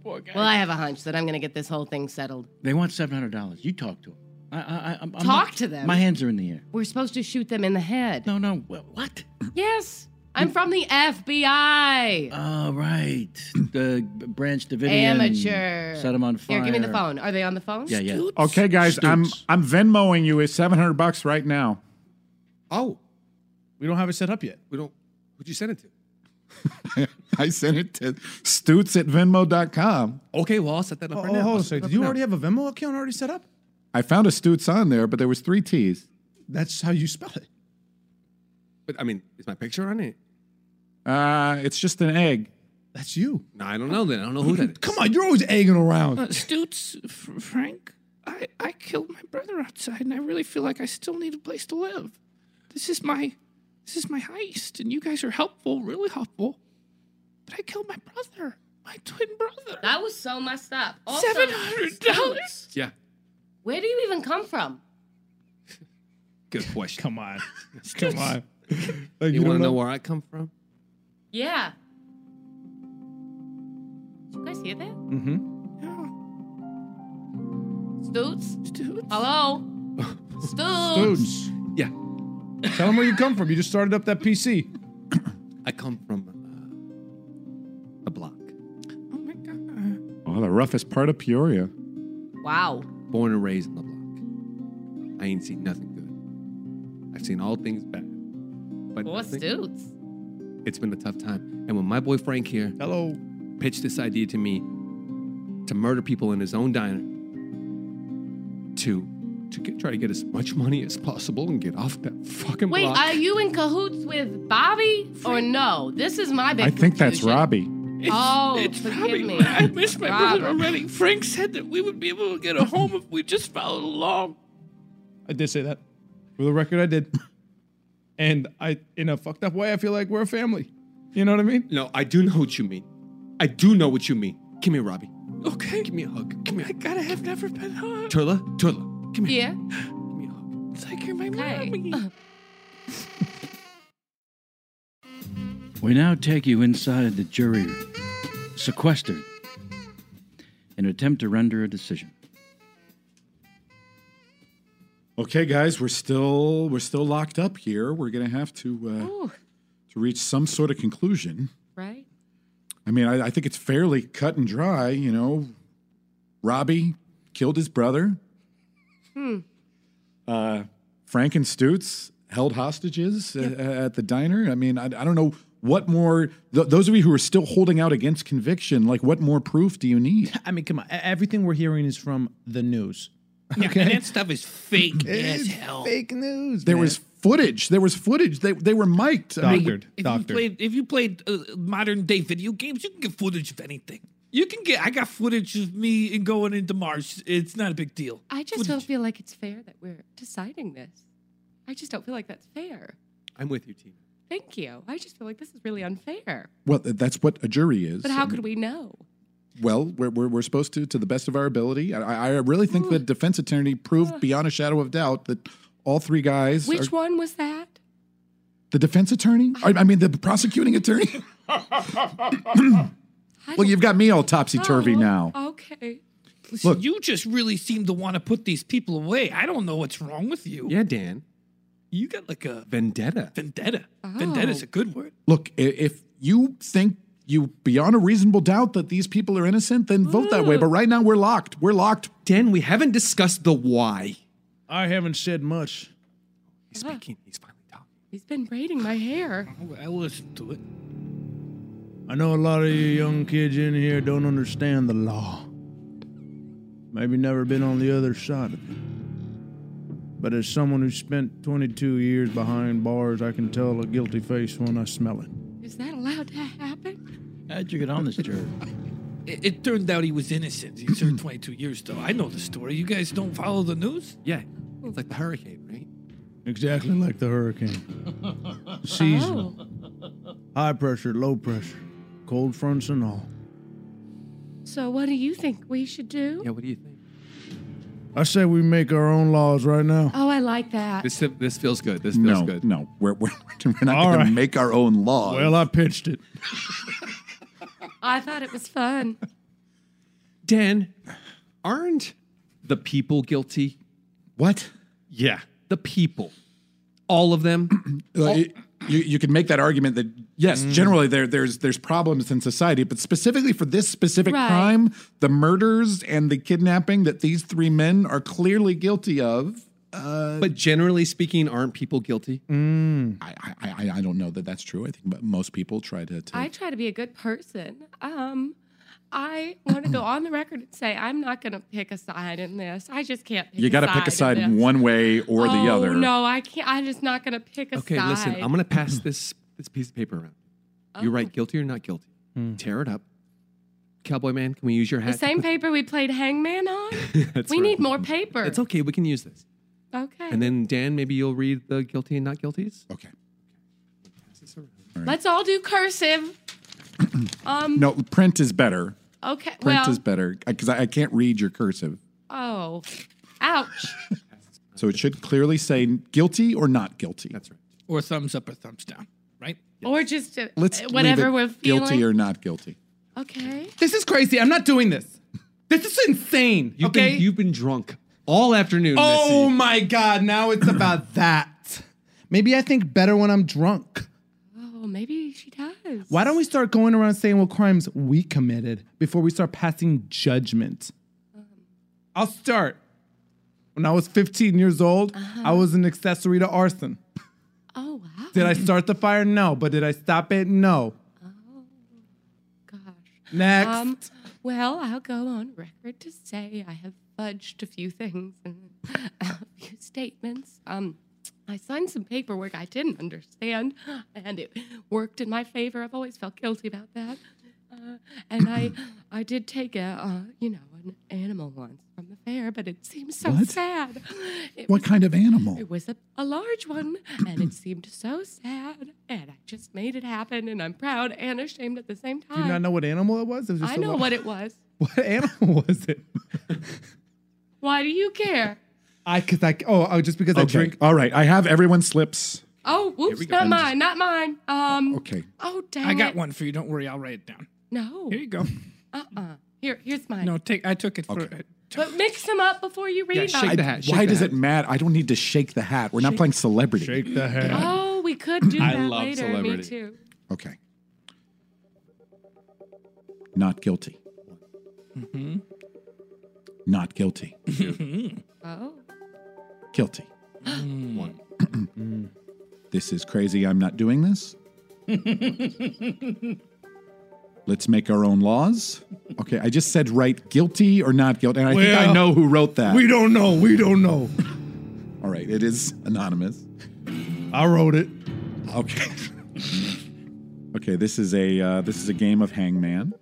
Speaker 6: well, I have a hunch that I'm going to get this whole thing settled.
Speaker 4: They want seven hundred dollars. You talk to them. I, I, I, I'm, I'm
Speaker 6: Talk
Speaker 4: not-
Speaker 6: to them?
Speaker 4: My hands are in the air.
Speaker 6: We're supposed to shoot them in the head.
Speaker 4: No, no. What?
Speaker 6: Yes. I'm from the FBI.
Speaker 4: All right, <clears throat> the branch Davidian
Speaker 6: Amateur.
Speaker 4: set him on fire.
Speaker 6: Here, give me the phone. Are they on the phone?
Speaker 4: Yeah, yeah.
Speaker 8: Okay, guys, I'm I'm Venmoing you with seven hundred bucks right now.
Speaker 12: Oh,
Speaker 9: we don't have it set up yet.
Speaker 12: We don't. Who'd you send it to?
Speaker 8: <laughs> I sent it to Stoots at Venmo.com.
Speaker 12: Okay, well I'll set that up
Speaker 9: Oh,
Speaker 12: right now.
Speaker 9: hold on
Speaker 12: I'll
Speaker 9: a
Speaker 12: set it
Speaker 9: second.
Speaker 12: up
Speaker 9: Did you
Speaker 12: now.
Speaker 9: already have a Venmo account already set up?
Speaker 8: I found a Stoots on there, but there was three T's.
Speaker 9: That's how you spell it.
Speaker 12: But I mean, is my picture on it?
Speaker 8: Uh, it's just an egg.
Speaker 9: That's you.
Speaker 12: No, I don't know. Then I don't know who that is.
Speaker 9: Come on, you're always egging
Speaker 12: Oh.
Speaker 9: around.
Speaker 5: Uh, Stoots, F- Frank, I, I killed my brother outside, and I really feel like I still need a place to live. This is my this is my heist, and you guys are helpful, really helpful. But I killed my brother, my twin brother.
Speaker 6: That was so messed up. Also,
Speaker 5: $700?
Speaker 12: Yeah.
Speaker 6: Where do you even come from?
Speaker 12: Good question. <laughs>
Speaker 9: Come on.
Speaker 12: <laughs> Come on. you
Speaker 9: you don't
Speaker 12: want to know
Speaker 9: know?
Speaker 12: where I come from?
Speaker 6: Yeah. Did you guys hear that?
Speaker 12: Mm-hmm.
Speaker 6: Stoots? Stoots?
Speaker 5: <laughs>
Speaker 6: Hello? Stoots?
Speaker 9: Dudes.
Speaker 12: Yeah.
Speaker 9: Tell them where you come from. You just started up that PC.
Speaker 12: I come from
Speaker 8: Oh, the roughest part of Peoria.
Speaker 6: Wow.
Speaker 12: born and raised on the block. I ain't seen nothing good. I've seen all things bad. But
Speaker 6: Poor
Speaker 12: nothing-
Speaker 6: Stoots.
Speaker 12: It's been a tough time. And when my boy Frank here,
Speaker 9: hello,
Speaker 12: pitched this idea to me to murder people in his own diner, to to get, try to get as much money as possible and get off that fucking
Speaker 6: Wait,
Speaker 12: block.
Speaker 6: are you in cahoots with Bobby or no? This is my big
Speaker 8: I think that's Robbie.
Speaker 6: Oh,
Speaker 5: it's
Speaker 6: forgive
Speaker 5: Robbie.
Speaker 6: me.
Speaker 5: <laughs> I miss my brother
Speaker 6: Robert.
Speaker 5: already. Frank said that we would be able to get a home if we just followed along.
Speaker 9: I did say that. For the record, I did. And I, in a fucked up way, I feel like we're a family. You know what I mean?
Speaker 12: No, I do know what you mean. I do know what you mean. Give me Robbie.
Speaker 5: Okay.
Speaker 12: Give me a hug. Come here.
Speaker 5: I gotta have never been home.
Speaker 12: Turla, Turla.
Speaker 6: Come here.
Speaker 5: It's like you're
Speaker 6: <laughs>
Speaker 5: my mommy.
Speaker 4: We now take you inside the jury room, sequestered, in an attempt to render a decision.
Speaker 8: Okay, guys, we're still we're still locked up here. We're gonna have to uh, to reach some sort of conclusion.
Speaker 6: Right?
Speaker 8: I mean, I, I think it's fairly cut and dry. You know, Robbie killed his brother.
Speaker 6: Hmm.
Speaker 8: Uh, Frank and Stutz held hostages uh uh, at the diner. I mean, I, I don't know what more. Th- those of you who are still holding out against conviction, like, what more proof do you need?
Speaker 9: <laughs> I mean, come on. e- Everything we're hearing is from the news.
Speaker 5: Yeah, and that stuff is fake as hell.
Speaker 9: Fake news.
Speaker 8: There was footage. There was footage. They they were mic'd. I mean,
Speaker 9: Doctored.
Speaker 5: If you played, if you played uh, modern day video games, you can get footage of anything. You can get. I got footage of me and going into Mars. It's not a big deal.
Speaker 14: I just don't feel like it's fair that we're deciding this. I just don't feel like that's fair.
Speaker 12: I'm with you, team.
Speaker 14: Thank you. I just feel like this is really unfair.
Speaker 8: Well, th- that's what a jury is.
Speaker 14: But how could we know?
Speaker 8: Well, we're, we're, we're supposed to, to the best of our ability. I, I really think the defense attorney proved beyond a shadow of doubt that all three guys.
Speaker 14: Which
Speaker 8: are,
Speaker 14: one was that?
Speaker 8: The defense attorney? I, I mean, the
Speaker 14: <laughs>
Speaker 8: prosecuting attorney? <clears throat> well, you've got me all topsy turvy now.
Speaker 14: Oh, Okay.
Speaker 5: Listen,
Speaker 8: Look.
Speaker 5: you just really seem to want to put these people away. I don't know what's wrong with you.
Speaker 12: Yeah, Dan.
Speaker 5: You got like a
Speaker 12: Vendetta.
Speaker 5: vendetta. Vendetta's a good word.
Speaker 8: Look, i- if you think you, beyond a reasonable doubt, that these people are innocent, then vote that way. But right now, we're locked. We're locked.
Speaker 12: Dan, we haven't discussed the why.
Speaker 9: I haven't said much.
Speaker 12: He's speaking. He's finally
Speaker 14: talking. He's been braiding my hair.
Speaker 5: Oh, I listened to it.
Speaker 9: I know a lot of you young kids in here don't understand the law. Maybe never been on the other side of it.
Speaker 10: But as someone who spent 22 years behind bars, I can tell a guilty face when I smell it.
Speaker 14: Is that allowed to
Speaker 5: <laughs>
Speaker 14: happen?
Speaker 18: How'd you get on this jury?
Speaker 5: It, it turned out he was innocent. He served 22 years, though. I know the story. You guys don't follow the news?
Speaker 12: Yeah. It's like the hurricane, right?
Speaker 10: Exactly like the hurricane.
Speaker 14: Oh.
Speaker 10: Seasonal. High pressure, low pressure, cold fronts and all.
Speaker 14: So, what do you think we should do?
Speaker 12: Yeah, what do you think?
Speaker 10: I say we make our own laws right now.
Speaker 14: Oh, I like that.
Speaker 12: This this feels good. This feels
Speaker 10: No,
Speaker 12: good.
Speaker 10: no.
Speaker 8: We're, we're, <laughs> we're not
Speaker 10: All
Speaker 8: going
Speaker 10: right.
Speaker 8: to make our own laws.
Speaker 10: Well, I pitched it.
Speaker 14: I thought it was
Speaker 12: <laughs>
Speaker 14: fun.
Speaker 12: Dan, aren't the people guilty?
Speaker 8: What?
Speaker 12: Yeah. The people. All of them?
Speaker 8: <clears throat> Well, it- you, you can make that argument that yes,
Speaker 12: Mm.
Speaker 8: generally there there's there's problems in society, but specifically for this specific
Speaker 14: Right.
Speaker 8: crime, the murders and the kidnapping that these three men are clearly guilty of. Uh, Mm.
Speaker 12: but generally speaking, aren't people guilty?
Speaker 8: I, I, I I don't know that that's true. I think mo- most people try to. to
Speaker 14: I try to be a good person. Um, I want to go on the record and say I'm not going to pick a side in this. I just can't. Pick
Speaker 8: you got to
Speaker 14: to
Speaker 8: pick a side
Speaker 14: in this.
Speaker 8: one way or the
Speaker 14: Oh,
Speaker 8: other.
Speaker 14: No, I can't. I'm just not going to pick a
Speaker 12: Okay,
Speaker 14: side.
Speaker 12: listen, I'm gonna pass this this piece of paper around. You write guilty or not guilty. Tear it up. Cowboy man, can we use your
Speaker 14: The
Speaker 12: hat?
Speaker 14: same paper we played Hangman on.
Speaker 12: <laughs> That's
Speaker 14: we
Speaker 12: right.
Speaker 14: need more paper.
Speaker 12: It's okay, we can use this.
Speaker 14: Okay.
Speaker 12: And then Dan, maybe you'll read the guilty and not guilties.
Speaker 8: Okay.
Speaker 14: Let's all do cursive. um.
Speaker 8: No, print is better.
Speaker 14: Okay.
Speaker 8: Print
Speaker 14: well.
Speaker 8: is better because I, I can't read your cursive,
Speaker 14: Oh. Ouch.
Speaker 8: so it should clearly say guilty or not guilty. That's right.
Speaker 5: Or thumbs up or thumbs down, right?
Speaker 14: Or just uh,
Speaker 8: Let's leave
Speaker 14: whatever
Speaker 8: it
Speaker 14: we're feeling.
Speaker 8: guilty or not guilty.
Speaker 14: Okay.
Speaker 9: This is crazy. I'm not doing this. This is insane.
Speaker 12: You've
Speaker 9: okay.
Speaker 12: been you've been drunk all afternoon.
Speaker 9: oh
Speaker 12: Missy.
Speaker 9: my God. Now it's about that. Maybe I think better when I'm drunk.
Speaker 14: Oh, maybe she does.
Speaker 9: Why don't we start going around saying what crimes we committed before we start passing judgment?
Speaker 14: Mm-hmm.
Speaker 9: I'll start. When I was 15 years old, I was an accessory to arson.
Speaker 14: Uh-huh. Oh wow.
Speaker 9: Did I start the fire? No. But did I stop it? No. Next.
Speaker 14: Oh, Um, well, I'll go on record to say I have fudged a few things and <laughs> a few statements. Um, I signed some paperwork I didn't understand, and it worked in my favor. I've always felt guilty about that. Uh, and I, I did take a, uh, you know, an animal once from the fair, but it seems so
Speaker 8: What?
Speaker 14: sad. It
Speaker 8: What kind of animal?
Speaker 14: It was a, a large one, and it seemed so sad. And I just made it happen, and I'm proud and ashamed at the same
Speaker 9: Do you
Speaker 14: time.
Speaker 9: not know what animal it was? It was
Speaker 14: I
Speaker 9: a
Speaker 14: know
Speaker 9: lo-
Speaker 14: what
Speaker 9: <laughs>
Speaker 14: it was.
Speaker 9: What animal was it?
Speaker 14: Why do you care?
Speaker 9: I cause I oh oh just because I
Speaker 8: Okay.
Speaker 9: drink.
Speaker 8: All right, I have everyone slips.
Speaker 14: Oh, whoops,
Speaker 8: go.
Speaker 14: not mine, not mine. Um,
Speaker 8: Okay.
Speaker 14: Oh, dang
Speaker 5: I got
Speaker 14: it.
Speaker 5: one for you. Don't worry. I'll write it down.
Speaker 14: No.
Speaker 5: Here you go.
Speaker 14: Uh uh Here, here's mine.
Speaker 5: No, take. I took it for.
Speaker 14: But mix them up before you read them.
Speaker 8: I- Why does it matter? I don't need to shake the hat. We're not playing celebrity. Shake
Speaker 10: the hat.
Speaker 14: Oh, we could do
Speaker 8: I
Speaker 14: that
Speaker 8: love
Speaker 14: later. Me
Speaker 8: celebrity.
Speaker 14: too.
Speaker 8: Okay. Not guilty. Mm-hmm. <laughs> Not guilty.
Speaker 14: oh.
Speaker 8: Guilty. This is crazy. I'm not doing this. Let's make our own laws. Okay, I just said right guilty or not guilty, and I think I
Speaker 10: Well,
Speaker 8: know who wrote that.
Speaker 10: We don't know. We don't know.
Speaker 8: All right, it is anonymous.
Speaker 10: I wrote it.
Speaker 8: Okay. <laughs> okay, this is a uh, this is a game of hangman.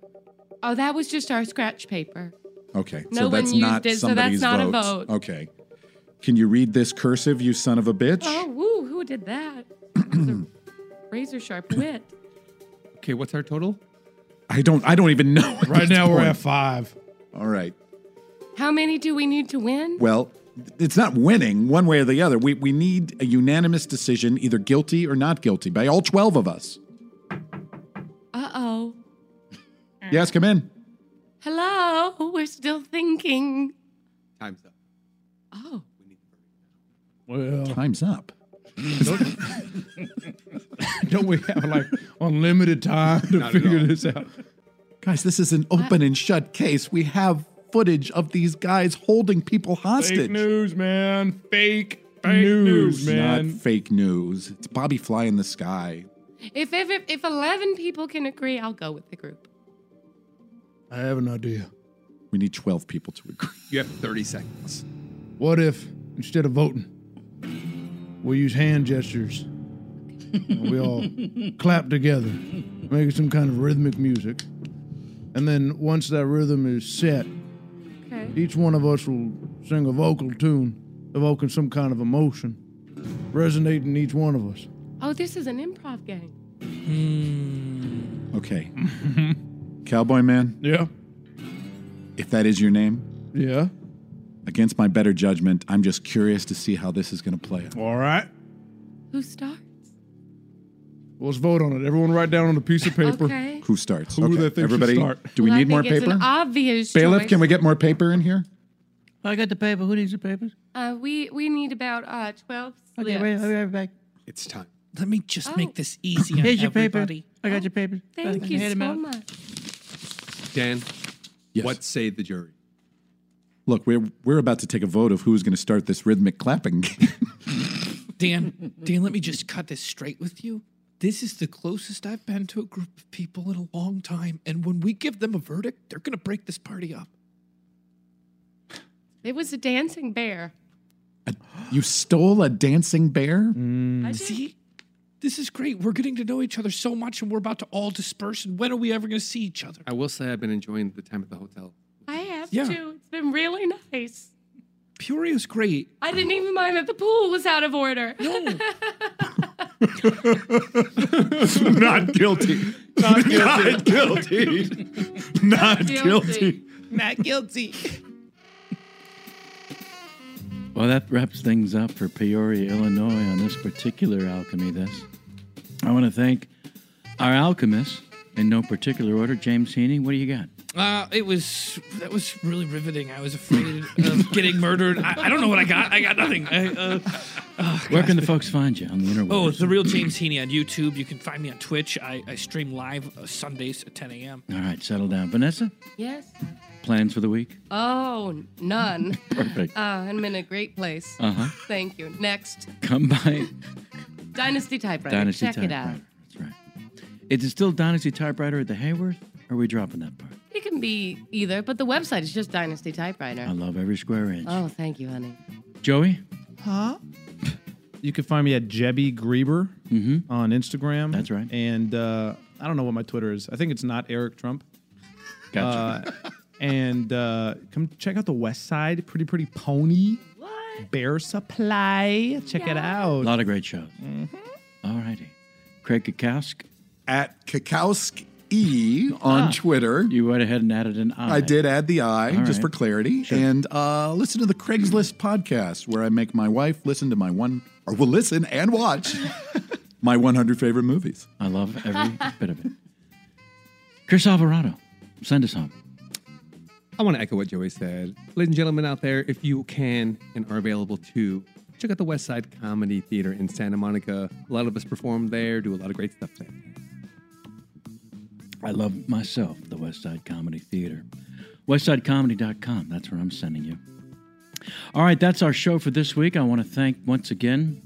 Speaker 14: Oh, that was just our scratch paper.
Speaker 8: Okay,
Speaker 14: No
Speaker 8: so
Speaker 14: one
Speaker 8: that's
Speaker 14: used
Speaker 8: not
Speaker 14: it, so that's
Speaker 8: somebody's
Speaker 14: not a
Speaker 8: vote.
Speaker 14: vote.
Speaker 8: Okay. Can you read this cursive, you son of
Speaker 14: <clears throat>
Speaker 8: a bitch? <clears throat>
Speaker 14: Oh, woo, who did that? That was a razor sharp wit.
Speaker 12: Okay, what's our total?
Speaker 8: I don't I don't even know.
Speaker 12: Right now we're at
Speaker 8: five. All right.
Speaker 14: How many do we need to win?
Speaker 8: Well, it's not winning one way or the other. We we need a unanimous decision, either guilty or not guilty, by all twelve of us.
Speaker 14: Uh oh. Mm.
Speaker 8: Yes, come in.
Speaker 14: Hello, we're still thinking.
Speaker 12: Time's up.
Speaker 14: Oh.
Speaker 10: Well,
Speaker 8: time's up.
Speaker 10: <laughs> Don't we have like unlimited time to figure this out?
Speaker 8: Guys, this is an open and shut case. We have footage of these guys holding people
Speaker 10: Fake
Speaker 8: hostage.
Speaker 10: news, man. Fake, fake news, man.
Speaker 8: Not fake news. It's Bobby Fly in the sky.
Speaker 14: If, if if if eleven people can agree, I'll go with the group.
Speaker 10: I have an idea.
Speaker 8: We need 12 people to agree.
Speaker 12: You have 30 seconds.
Speaker 10: What if instead of voting,
Speaker 9: we use hand gestures. And
Speaker 12: <laughs>
Speaker 9: we all clap together, making some kind of rhythmic music. And then once that rhythm is set, each one of us will sing a vocal tune, evoking some kind of emotion, resonating in each one of us.
Speaker 14: Oh, this is an improv game.
Speaker 8: Okay. <laughs> Cowboy Man?
Speaker 9: Yeah.
Speaker 8: If that is your name,
Speaker 9: Yeah.
Speaker 8: against my better judgment, I'm just curious to see how this is going to play out.
Speaker 9: All right.
Speaker 14: Who starts?
Speaker 9: Let's vote on it. Everyone write down on a piece of paper.
Speaker 14: Okay.
Speaker 8: Who starts?
Speaker 9: Who do they think should
Speaker 8: Everybody,
Speaker 9: start?
Speaker 8: do we
Speaker 14: Well, I
Speaker 8: need more
Speaker 14: think it's
Speaker 8: paper?
Speaker 14: an obvious
Speaker 8: Bailiff,
Speaker 14: choice.
Speaker 8: can we get more paper in here?
Speaker 4: I got the paper. Who needs the papers?
Speaker 14: Uh, we we need about uh twelve slips.
Speaker 4: Okay, wait, I'll be right back.
Speaker 12: It's time.
Speaker 5: Let me just make this easy on
Speaker 4: Here's your paper.
Speaker 5: everybody.
Speaker 4: I got your papers.
Speaker 14: Oh. Thank
Speaker 4: I
Speaker 14: you
Speaker 4: hand 'em
Speaker 14: so
Speaker 4: out.
Speaker 14: much.
Speaker 12: Dan, what say the jury?
Speaker 8: Look, we're we're about to take a vote of who's going to start this rhythmic clapping. <laughs> game.
Speaker 5: Dan, Dan, let me just cut this straight with you. This is the closest I've been to a group of people in a long time, and when we give them a verdict, they're gonna break this party up.
Speaker 14: It was a dancing bear.
Speaker 8: you stole a dancing bear?
Speaker 4: Mm,
Speaker 5: See, this is great. We're getting to know each other so much, and we're about to all disperse. And when are we ever gonna see each other?
Speaker 12: I will say I've been enjoying the time at the hotel.
Speaker 14: I have
Speaker 5: Yeah.
Speaker 14: to. It's been really nice.
Speaker 5: Peoria's great.
Speaker 14: I didn't even mind that the pool was out of order. No.
Speaker 19: <laughs> Not guilty. <laughs> Not guilty. Not <laughs> guilty. Not guilty.
Speaker 5: Not guilty.
Speaker 4: Well, that wraps things up for Peoria, Illinois on this particular Alchemy This. I want to thank our alchemists in no particular order. James Heaney, what do you got?
Speaker 5: Uh, it was that was really riveting. I was afraid of getting murdered. I, I don't know what I got. I got nothing. I, uh, oh,
Speaker 4: Where
Speaker 5: gosh.
Speaker 4: can the folks find you on the interweb?
Speaker 5: Oh, it's the real James Heaney on YouTube. You can find me on Twitch. I, I stream live uh, Sundays at 10 a.m.
Speaker 4: All right, settle down. Vanessa,
Speaker 14: <laughs> yes.
Speaker 4: plans for the week?
Speaker 14: Oh, none.
Speaker 4: Perfect.
Speaker 14: Uh, I'm in a great place.
Speaker 4: Uh-huh.
Speaker 14: Thank you. Next,
Speaker 4: Come by
Speaker 14: Dynasty Typewriter.
Speaker 4: Dynasty
Speaker 14: Check it out.
Speaker 4: Typewriter. That's right. Is it still Dynasty Typewriter at the Hayworth? Or are we dropping that part?
Speaker 14: It can be either, but the website is just Dynasty Typewriter.
Speaker 4: I love every square inch.
Speaker 14: Oh, thank you, honey.
Speaker 4: Joey?
Speaker 14: Huh?
Speaker 9: You can find me at Jebby Grieber on Instagram. That's
Speaker 4: right.
Speaker 9: And uh, I don't know what my Twitter is. I think it's not Eric Trump.
Speaker 4: Gotcha.
Speaker 9: Uh, and uh, come check out the West Side Pretty Pretty Pony. What? Bear Supply. Check it
Speaker 4: A
Speaker 9: out.
Speaker 4: lot of great shows. Mm-hmm. All righty. Craig Kakowsk?
Speaker 8: At Kakowsk E on Twitter.
Speaker 4: Ah, You went ahead and added an I.
Speaker 8: I did add the I
Speaker 4: All
Speaker 8: just for
Speaker 4: right.
Speaker 8: clarity, and uh, listen to the Craigslist podcast where I make my wife listen to my one or will listen
Speaker 4: <laughs>
Speaker 8: and watch my 100 favorite movies.
Speaker 4: I love every <laughs> bit of it. Chris Alvarado, send us home.
Speaker 12: I want to echo what Joey said. Ladies and gentlemen out there, if you can and are available to, check out the West Side Comedy Theater in Santa Monica. A lot of us perform there, do a lot of great stuff there.
Speaker 4: I love myself, the West Side Comedy Theater. WestSideComedy.com, that's where I'm sending you. All right, that's our show for this week. I want to thank once again,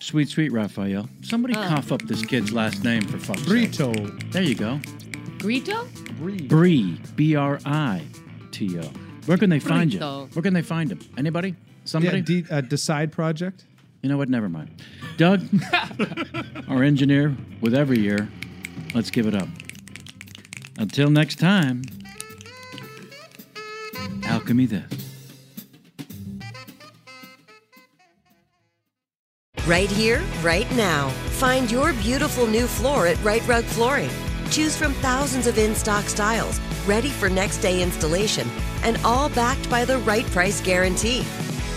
Speaker 4: sweet, sweet Raphael. Somebody
Speaker 14: Oh.
Speaker 4: cough up this kid's last name for fuck's Brito. There you go.
Speaker 14: Grito?
Speaker 4: Bree, B R I T O. Where can they find you?
Speaker 14: Brito.
Speaker 4: Where can they find him? Anybody? Somebody?
Speaker 9: Yeah, D- uh, Decide Project.
Speaker 4: You know what? Never mind. Doug, our engineer with every year, let's give it up. Until next time, alchemy this.
Speaker 3: Right here, right now. Find your beautiful new floor at Right Rug Flooring. Choose from thousands of in stock styles, ready for next day installation, and all backed by the right price guarantee.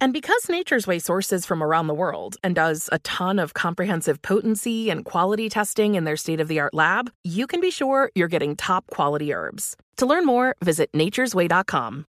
Speaker 20: And because Nature's Way sources from around the world and does a ton of comprehensive potency and quality testing in their state of the art lab, you can be sure you're getting top quality herbs. To learn more, visit nature'sway.com.